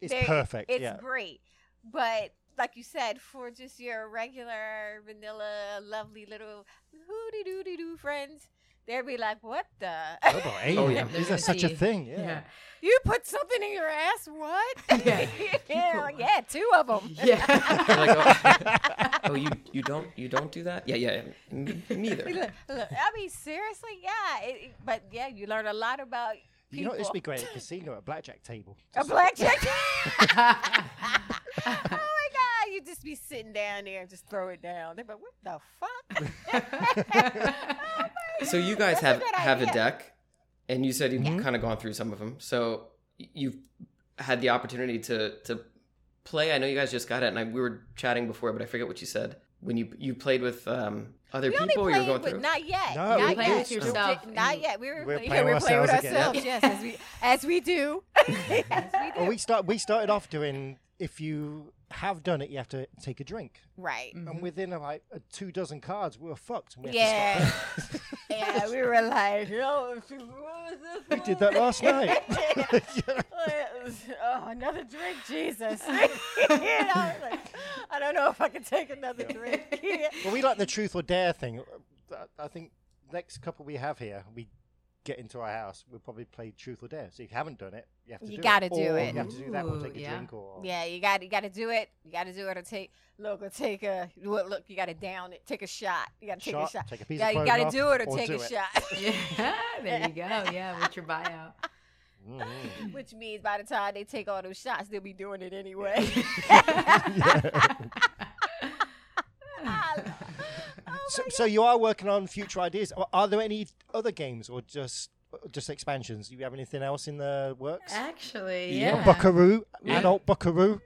Speaker 1: It's
Speaker 2: They-
Speaker 1: perfect.
Speaker 2: It's
Speaker 1: yeah.
Speaker 2: *laughs* great. But like you said, for just your regular vanilla, lovely little hooty doo doo friends, They'd be like, "What the?
Speaker 1: Oh, boy,
Speaker 2: *laughs*
Speaker 1: alien.
Speaker 4: yeah.
Speaker 1: Is there such a
Speaker 5: Definitely.
Speaker 1: thing? Yeah.
Speaker 2: you put something in your ass? What? *laughs*
Speaker 5: Yeah.
Speaker 2: yeah,
Speaker 5: People-
Speaker 2: yeah, two of
Speaker 5: *laughs*
Speaker 2: them.
Speaker 5: Yeah.
Speaker 4: They're like,
Speaker 2: *laughs*
Speaker 4: oh, oh, you you don't you don't do that? Yeah, yeah. Me, me
Speaker 2: *laughs*
Speaker 4: either.
Speaker 2: Look, look, I mean, seriously, yeah. It, it- but yeah, you learn a lot about
Speaker 1: You know,
Speaker 2: people.
Speaker 1: this would be great at a casino at a blackjack table.
Speaker 2: a
Speaker 1: *laughs*
Speaker 2: blackjack. oh my god, you just be sitting down there and just throw it down. They're like, what the fuck?
Speaker 5: *laughs*
Speaker 4: So you guys
Speaker 2: That's a
Speaker 4: have
Speaker 2: good
Speaker 4: have a
Speaker 2: idea.
Speaker 4: deck, and you said you've kind of gone through some of them. So y- you've had the opportunity to to play. I know you guys just got it, and I, we were chatting before, but I forget what you said when you you played with um, other
Speaker 2: We only
Speaker 4: people. or you were
Speaker 2: played
Speaker 4: going
Speaker 2: with
Speaker 4: through.
Speaker 2: not yet.
Speaker 1: No, we
Speaker 2: not
Speaker 1: played
Speaker 2: yet.
Speaker 5: with yourself
Speaker 2: Di- Not
Speaker 5: and-
Speaker 2: yet. We were,
Speaker 1: We're
Speaker 2: play- yeah,
Speaker 1: playing
Speaker 2: we were playing with
Speaker 1: ourselves again.
Speaker 2: ourselves. Yes, as we as we
Speaker 1: *laughs*
Speaker 2: do. As we
Speaker 1: Well,
Speaker 2: do.
Speaker 1: we start. We started off doing. If you have done it, you have to take a drink.
Speaker 2: Right.
Speaker 5: Mm-hmm.
Speaker 1: And within uh, like uh, two dozen cards, we were fucked. and we had to stop.
Speaker 2: Yeah. *laughs* yeah, we were like, yo, what was this?
Speaker 1: *laughs* We did that last night.
Speaker 2: *laughs*
Speaker 1: *laughs*
Speaker 2: oh, another drink, Jesus. *laughs* You know, I, was like, I don't know if I can take another drink.
Speaker 1: well, we like the truth or dare thing. Uh, I think next couple we have here, we get into our house, we'll probably play truth or dare. So if you haven't done it, you have to
Speaker 2: You
Speaker 1: do
Speaker 2: gotta
Speaker 1: it.
Speaker 2: do
Speaker 1: Or
Speaker 2: it.
Speaker 1: You have to do that. We'll
Speaker 5: Ooh,
Speaker 1: take a
Speaker 5: yeah.
Speaker 1: drink or
Speaker 2: yeah, you got you got to do it. You got to do it or take look or take a look. look you got to down it. Take a shot. You got to take
Speaker 1: shot,
Speaker 2: a shot.
Speaker 1: take a piece
Speaker 2: Yeah,
Speaker 1: of
Speaker 2: you got to
Speaker 1: photograph
Speaker 2: do it or, take
Speaker 1: do
Speaker 2: a
Speaker 1: it.
Speaker 2: shot. *laughs*
Speaker 5: yeah. There you go. *laughs* Yeah. What's your buyout?
Speaker 2: *laughs*
Speaker 1: *laughs*
Speaker 2: *clears throat*
Speaker 1: Mhm.
Speaker 2: Which means by the time they take all those shots, they'll be doing it anyway.
Speaker 1: so, so you are working on future ideas. Are, are there any other games or just just expansions? Do you have anything else in the works?
Speaker 2: Uh,
Speaker 5: Actually,
Speaker 1: A
Speaker 5: yeah.
Speaker 1: buckaroo,
Speaker 4: Yeah.
Speaker 2: *laughs*
Speaker 1: adult buckaroo,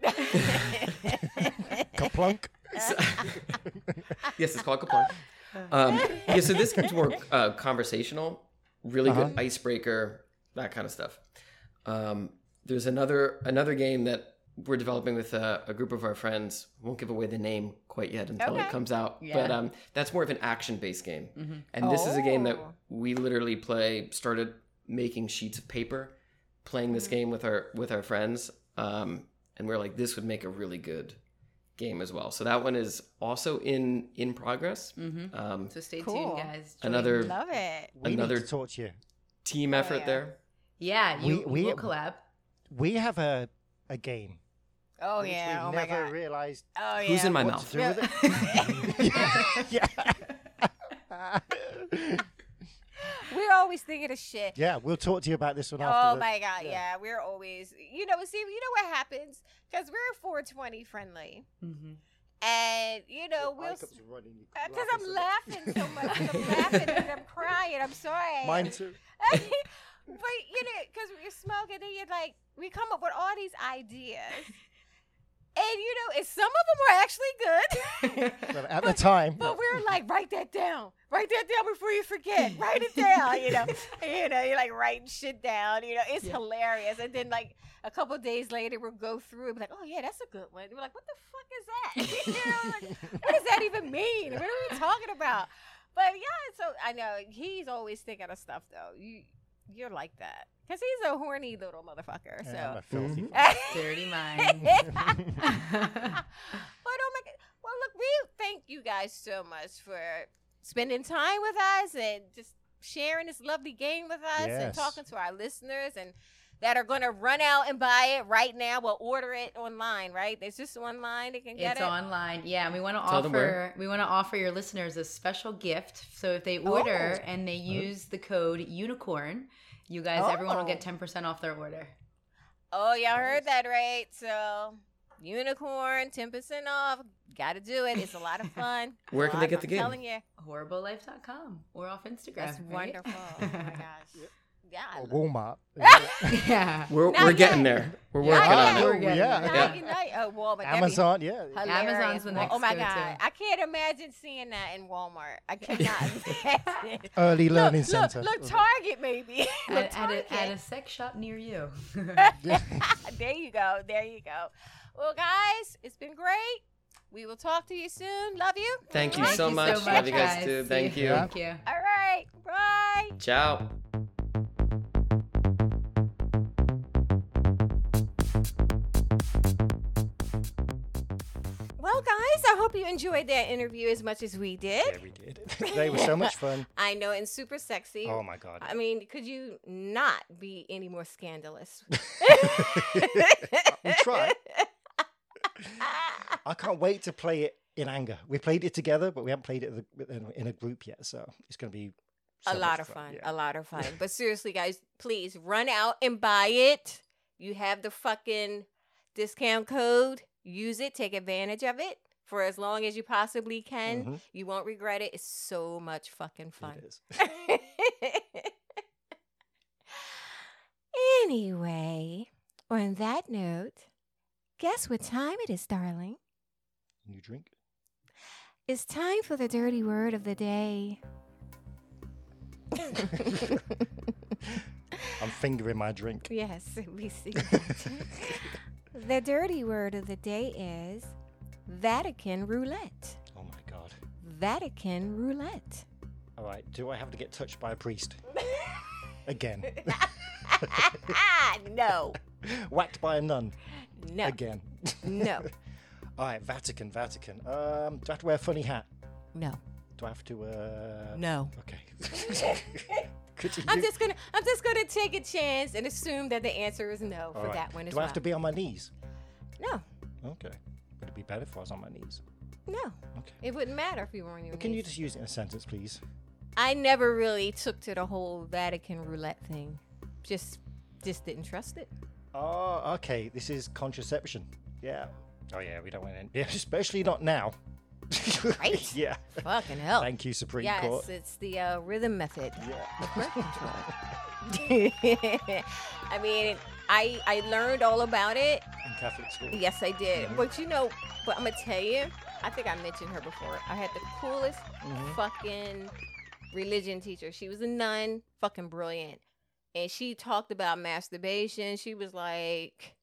Speaker 1: kaplunk.
Speaker 4: *laughs* yes, it's called Capone. Um, yeah, so this gets more uh, conversational, really good icebreaker, that kind of stuff. Um, there's another another game that we're developing with a, a group of our friends. Won't give away the name quite yet until
Speaker 2: Okay.
Speaker 4: it comes out. But um, that's more of an action based game,
Speaker 5: Mm-hmm,
Speaker 4: and this is a game that
Speaker 2: Oh.
Speaker 4: we literally play. Started making sheets of paper, playing
Speaker 2: Mm.
Speaker 4: this game with our with our friends, um, and we're like, this would make a really good game as well. So that one is also in in progress. Um,
Speaker 5: mm-hmm. So stay
Speaker 2: Cool.
Speaker 5: tuned, guys. Join-
Speaker 2: *laughs*
Speaker 4: another
Speaker 2: Love it.
Speaker 1: We
Speaker 4: Another-
Speaker 1: need to talk to you.
Speaker 4: team effort
Speaker 2: yeah.
Speaker 4: there.
Speaker 5: Yeah.
Speaker 1: We-
Speaker 5: You
Speaker 1: we-
Speaker 5: will
Speaker 2: *laughs*
Speaker 5: collab.
Speaker 1: We have a a game.
Speaker 2: Oh
Speaker 1: which
Speaker 2: yeah.
Speaker 1: we
Speaker 2: Oh my
Speaker 1: never
Speaker 2: god.
Speaker 1: realized
Speaker 2: Oh yeah.
Speaker 4: Who's in my
Speaker 1: what
Speaker 4: mouth?
Speaker 1: to do
Speaker 5: *laughs*
Speaker 1: with it. *laughs* yeah.
Speaker 2: We're always thinking of shit.
Speaker 1: yeah, we'll talk to you about this one after.
Speaker 2: Oh
Speaker 1: the-
Speaker 2: my god,
Speaker 1: yeah.
Speaker 2: yeah. We're always, you know, see, you know what happens because we're 420 friendly,
Speaker 5: Mhm.
Speaker 2: and you know, we'll
Speaker 1: Because
Speaker 2: because I'm laughing so much, 'cause I'm laughing and I'm crying. I'm sorry.
Speaker 1: Mine too.
Speaker 2: but you know, because you're smoking, then you're like, we come up with all these ideas, and you know, and some of them were actually good.
Speaker 5: Mm-hmm.
Speaker 1: But at
Speaker 2: *laughs*
Speaker 1: the time,
Speaker 2: But we're like, write that down. Write that down before you forget. write it down. You know, you know, you're like writing shit down. You know, it's hilarious. And then like a couple days later, we'll go through and be like, oh yeah, that's a good one. And we're like, what the fuck is
Speaker 1: *laughs*
Speaker 2: that? *laughs* you know, like, what does that even mean? What are we talking about? But yeah, so I know he's always thinking of stuff though. You you're like that because he's a horny little motherfucker.
Speaker 1: Yeah, I'm a
Speaker 2: So. Mm-hmm.
Speaker 1: filthy.
Speaker 2: *laughs*
Speaker 4: Mhm.
Speaker 5: Dirty *laughs* mind.
Speaker 2: But oh my god! Well, look, we thank you guys so much for spending time with us and just sharing this lovely game with us and
Speaker 1: Yes.
Speaker 2: talking to our listeners and that are going to run out and buy it right now. We'll order it online, right? There's just online they can get
Speaker 5: it's
Speaker 2: it.
Speaker 5: online. Yeah, and we want to
Speaker 4: Tell them
Speaker 5: offer we want to offer your listeners a special gift. So if they
Speaker 2: Oh.
Speaker 5: order and they
Speaker 4: Uh-huh.
Speaker 5: use the code unicorn, you guys everyone will
Speaker 2: Oh.
Speaker 5: get 10% off their order.
Speaker 2: Oh, y'all heard that right? So, unicorn, ten percent off. Got to do it. It's a lot of
Speaker 5: *laughs*
Speaker 2: fun.
Speaker 4: Where can they
Speaker 2: Lot-
Speaker 4: get the
Speaker 2: I'm
Speaker 4: game?
Speaker 2: Telling you,
Speaker 5: horriblelife.com or off Instagram.
Speaker 2: that's
Speaker 5: right?
Speaker 2: wonderful. Oh
Speaker 5: *laughs*
Speaker 2: my gosh. Yeah. I
Speaker 1: *laughs* Or
Speaker 2: love *laughs*
Speaker 1: Walmart.
Speaker 5: yeah.
Speaker 4: We're,
Speaker 2: Not
Speaker 4: we're
Speaker 2: yet.
Speaker 4: getting there. We're working
Speaker 2: yet.
Speaker 4: on it.
Speaker 1: Oh,
Speaker 5: getting
Speaker 1: yeah.
Speaker 5: there.
Speaker 2: Not Unite. Oh, well, but that'd be
Speaker 1: Amazon, yeah.
Speaker 2: Hilarious.
Speaker 5: Amazon's the
Speaker 2: Well,
Speaker 5: next
Speaker 2: Oh my
Speaker 5: go-to.
Speaker 2: god, I can't imagine seeing that in Walmart.
Speaker 5: *laughs*
Speaker 2: I cannot. imagine.
Speaker 1: Early learning
Speaker 2: look,
Speaker 1: center.
Speaker 2: Look,
Speaker 4: Uh-huh.
Speaker 2: look, Target maybe. *laughs* look,
Speaker 5: At, at a, at a
Speaker 2: Target.
Speaker 5: sex shop near you. *laughs*
Speaker 2: there you go. There you go. Well, guys, it's been great. We will talk to you soon. Love you.
Speaker 4: Thank you
Speaker 2: Mwah.
Speaker 4: so much. Love you guys too. Thank you.
Speaker 5: Thank you.
Speaker 2: All right. Bye.
Speaker 4: Ciao.
Speaker 2: Well, guys, guys, I hope you enjoyed that interview as much as we did.
Speaker 1: Yeah,
Speaker 2: *laughs*
Speaker 1: we did. *laughs* they were so much fun.
Speaker 2: I know, and super sexy.
Speaker 1: Oh my god.
Speaker 2: I mean, could you not be any more
Speaker 1: *laughs*
Speaker 2: scandalous? *laughs*
Speaker 1: will try. I can't wait to play it in anger. We played it together, but we haven't played it with- in- in a group yet, so it's going to be so
Speaker 2: a lot
Speaker 1: much
Speaker 2: of fun.
Speaker 1: yeah.
Speaker 2: A lot of
Speaker 1: *laughs*
Speaker 2: fun. but seriously, guys, please run out and buy it. You have the fucking discount code. Use it. Take advantage of it for as long as you possibly can.
Speaker 1: Mhm,
Speaker 2: You won't regret it. It's so much fucking fun.
Speaker 1: It is.
Speaker 2: *laughs* anyway, on that note, guess what time it is, darling?
Speaker 1: New drink.
Speaker 2: It's time for the dirty word of the day.
Speaker 1: I'm fingering my drink.
Speaker 2: Yes, *laughs* we see that. the dirty word of the day is Vatican roulette.
Speaker 1: Oh my god.
Speaker 2: Vatican roulette.
Speaker 1: All right. Do I have to get touched by a priest
Speaker 2: *laughs*
Speaker 1: again?
Speaker 2: *laughs* no,
Speaker 1: Whacked by a nun
Speaker 2: no,
Speaker 1: again? *laughs*
Speaker 2: no,
Speaker 1: All right. Vatican. Vatican. Um. Do I have to wear a funny hat?
Speaker 2: no,
Speaker 1: Do I have to? Uh...
Speaker 2: no. *laughs*
Speaker 1: Okay. Could you?
Speaker 2: I'm just gonna, I'm just gonna take a chance and assume that the answer is no
Speaker 1: All
Speaker 2: for
Speaker 1: right.
Speaker 2: that one as
Speaker 1: Do
Speaker 2: well.
Speaker 1: I have to be on my knees?
Speaker 2: no,
Speaker 1: Okay. Would it be better if I was on my knees?
Speaker 2: no.
Speaker 1: Okay.
Speaker 2: It wouldn't matter if you were on your.
Speaker 1: Can you
Speaker 2: knees.
Speaker 1: just use it in a sentence, please?
Speaker 2: I never really took to the whole Vatican roulette thing. Just, just didn't trust
Speaker 1: *laughs*
Speaker 2: it.
Speaker 1: Oh, okay. This is contraception. Yeah. Oh, yeah. We don't want any. *laughs* Yeah, especially not now.
Speaker 2: Right?
Speaker 1: *laughs* yeah.
Speaker 2: Fucking hell.
Speaker 1: Thank you, Supreme
Speaker 2: yes,
Speaker 1: Court.
Speaker 2: it's the uh, rhythm
Speaker 1: *laughs*
Speaker 2: method
Speaker 1: Yeah.
Speaker 2: of birth control. *laughs* I mean, I I learned all about it.
Speaker 1: In Catholic school.
Speaker 2: Yes, I did.
Speaker 1: Mm-hmm.
Speaker 2: But you know, but I'm gonna tell you, I think I mentioned her before. I had the coolest
Speaker 1: Mhm.
Speaker 2: fucking religion teacher. She was a nun, fucking brilliant. And she talked about masturbation. She was like,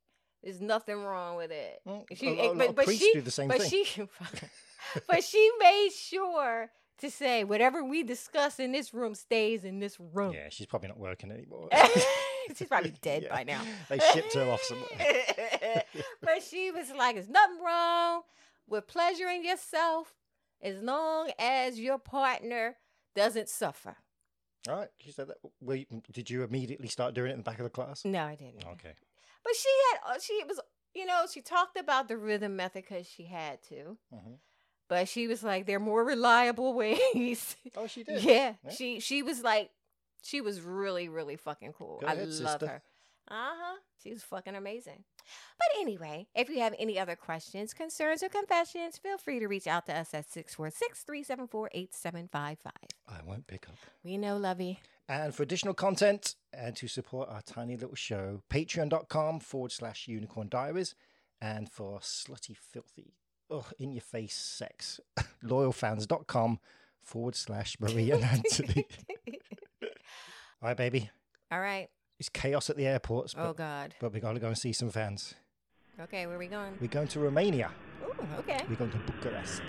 Speaker 2: "There's nothing wrong with it."
Speaker 1: Mm,
Speaker 2: She, eh,
Speaker 1: a, lot, a
Speaker 2: but-
Speaker 1: lot of
Speaker 2: but
Speaker 1: priests
Speaker 2: she-
Speaker 1: do the same
Speaker 2: but
Speaker 1: thing.
Speaker 2: she
Speaker 1: *laughs*
Speaker 2: but she made sure to say whatever we discuss in this room stays in this room
Speaker 1: Yeah, she's probably not working anymore.
Speaker 2: *laughs*
Speaker 1: *laughs*
Speaker 2: she's probably dead
Speaker 1: Yeah.
Speaker 2: by now
Speaker 1: They shipped her off somewhere.
Speaker 2: *laughs* but she was like there's nothing wrong with pleasuring yourself as long as your partner doesn't suffer
Speaker 1: All right. She said that. Were you- did you immediately start doing it in the back of the class?
Speaker 2: no i didn't
Speaker 1: Okay.
Speaker 2: but she had uh, she was you know she talked about the rhythm method because she had to
Speaker 1: Mhm.
Speaker 2: but she was like there are more reliable ways
Speaker 1: Oh, she
Speaker 2: Yeah.
Speaker 1: did. Yeah.
Speaker 2: She she was like she was really, really fucking cool.
Speaker 1: Go
Speaker 2: I
Speaker 1: ahead,
Speaker 2: love
Speaker 1: sister.
Speaker 2: her. Uh-huh. She was fucking amazing. But anyway, if you have any other questions, concerns, or confessions, feel free to reach out to us at 646-374-8755.
Speaker 1: I won't pick up.
Speaker 2: We know
Speaker 1: *laughs*
Speaker 2: Lovey.
Speaker 1: And for additional content and to support our tiny little show, patreon.com forward slash unicorn diaries. And for slutty, filthy, ugh, in your face sex, *laughs* loyalfans.com forward slash Maria and
Speaker 2: *laughs*
Speaker 1: Anthony. All right, baby.
Speaker 2: All right.
Speaker 1: It's chaos at the airports, but,
Speaker 2: Oh God.
Speaker 1: but we got to go and see some fans.
Speaker 2: Okay, where we going?
Speaker 1: We're going to Romania.
Speaker 2: Ooh, okay.
Speaker 1: We're going to Bucharest.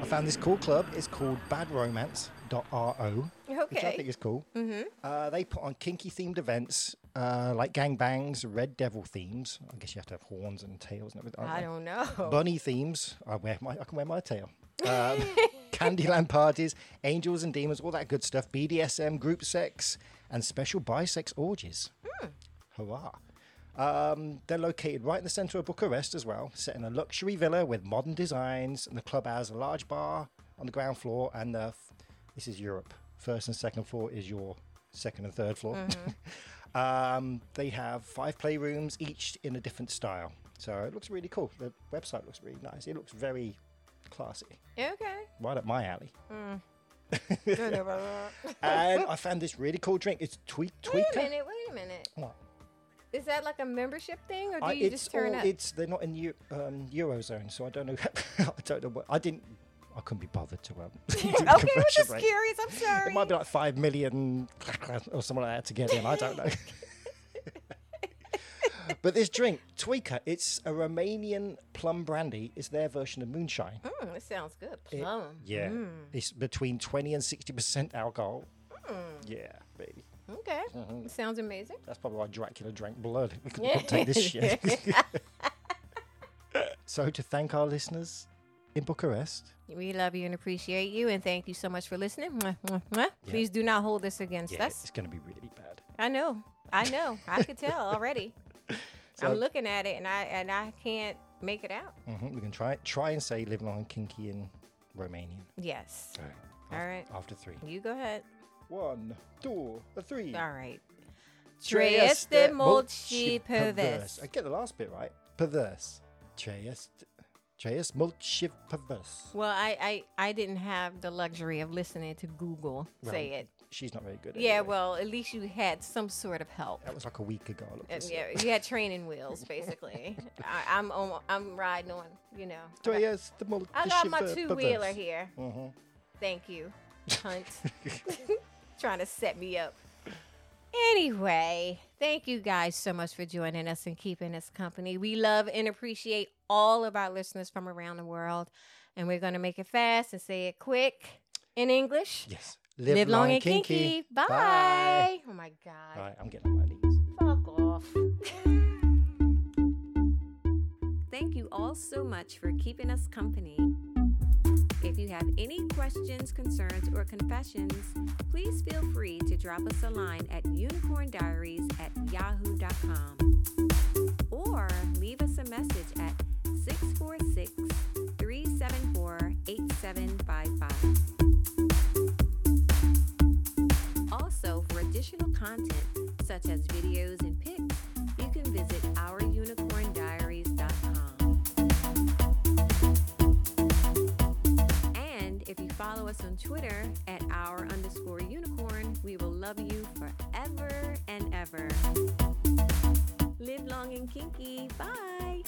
Speaker 1: I found this cool club. It's called badromance.ro, which I think
Speaker 2: Okay.
Speaker 1: is cool.
Speaker 2: Mm-hmm.
Speaker 1: Uh, they put on kinky themed events uh, like gangbangs, red devil themes. I guess you have to have horns and tails and everything.
Speaker 2: I don't know.
Speaker 1: *laughs* Bunny themes. I wear my. I can wear my tail. Um, Candyland parties, angels and demons, all that good stuff. BDSM, group sex, and special bisex orgies. Hurrah! Um, they're located right in the centre of Bucharest as well, set in a luxury villa with modern designs. And the club has a large bar on the ground floor, and the f- this is Europe. First and second floor is your second and third floor. *laughs* um, they have five playrooms, each in a different style. So it looks really cool. The website looks really nice. It looks very classy,
Speaker 2: Okay.
Speaker 1: right up my
Speaker 2: *laughs*
Speaker 1: alley.
Speaker 2: Wait a
Speaker 1: and I found this really cool drink. It's Tweak Tweaker.
Speaker 2: minute, wait a minute.
Speaker 1: What?
Speaker 2: Is that like a membership thing or do
Speaker 1: I,
Speaker 2: you
Speaker 1: Uh, it's
Speaker 2: just turn
Speaker 1: all,
Speaker 2: up?
Speaker 1: it's they're not in Eu- um, eurozone, so I don't know. *laughs* I don't know what I didn't. I couldn't be
Speaker 2: *laughs*
Speaker 1: bothered to. Um, *laughs* do the
Speaker 2: okay, I was
Speaker 1: conversion
Speaker 2: just
Speaker 1: rate.
Speaker 2: curious. I'm sorry.
Speaker 1: It might be like five million or something like that to get in. I don't know. but this drink, Tweaker, it's a Romanian plum brandy. It's their version of moonshine.
Speaker 2: Mm, it sounds good. Plum.
Speaker 1: Yeah, it's between twenty and sixty percent alcohol. Yeah, baby.
Speaker 2: Okay.
Speaker 1: Mm-hmm.
Speaker 2: It sounds amazing.
Speaker 1: *laughs* That's probably why Dracula drank blood. We couldn't take this shit. So, to thank our listeners in Bucharest,
Speaker 2: We love you and appreciate you, and thank you so much for listening. Mwah, mwah, mwah. Please do not hold this against
Speaker 1: yeah,
Speaker 2: us.
Speaker 1: it's going to be really bad.
Speaker 2: I know, I know, I could tell
Speaker 1: *laughs*
Speaker 2: already.
Speaker 1: So-
Speaker 2: I'm looking at it, and I and I can't make it out.
Speaker 1: hmm We can try try and say live long and kinky in Romanian.
Speaker 2: Yes.
Speaker 1: All right.
Speaker 2: All right.
Speaker 1: After three.
Speaker 2: You go ahead.
Speaker 1: One, two, three.
Speaker 2: All right.
Speaker 1: Trăiește
Speaker 2: Trăiește mult și pervers.
Speaker 1: I get the last bit right. Perverse. Trăiește, trăiesc mult și perverse.
Speaker 2: Well, I, I I didn't have the luxury of listening to Google say
Speaker 1: Well,
Speaker 2: it.
Speaker 1: She's not very good at it.
Speaker 2: Yeah,
Speaker 1: anyway.
Speaker 2: well, at least you had some sort of help.
Speaker 1: That was like a week ago. I looked
Speaker 2: Uh,
Speaker 1: this
Speaker 2: Yeah,
Speaker 1: up.
Speaker 2: you had training wheels,
Speaker 1: *laughs*
Speaker 2: basically. I, I'm on, I'm riding on, you know. I got-
Speaker 1: Trăiesc mult
Speaker 2: I
Speaker 1: și
Speaker 2: got my
Speaker 1: per-
Speaker 2: two wheeler
Speaker 1: perverse.
Speaker 2: here.
Speaker 1: Mhm.
Speaker 2: Thank you,
Speaker 1: *laughs*
Speaker 2: Hunt. *laughs* Trying to set me up. Anyway, thank you guys so much for joining us and keeping us company. We love and appreciate all of our listeners from around the world. And we're going to make it fast and say it quick in English.
Speaker 1: Yes. Live, long, and kinky.
Speaker 2: Bye.
Speaker 1: Bye.
Speaker 2: Oh my
Speaker 1: All
Speaker 2: God.
Speaker 1: right, I'm getting on my knees.
Speaker 2: Fuck off.
Speaker 6: Thank you all so much for keeping us company. If you have any questions, concerns, or confessions, please feel free to drop us a line at unicorndiaries at yahoo.com or leave us a message at 646 374 8755. Also, for additional content such as videos and pics, you can visit ourunicorndiaries.com. And if you follow us on Twitter at our underscore unicorn, we will love you forever and ever. Live long and kinky. Bye.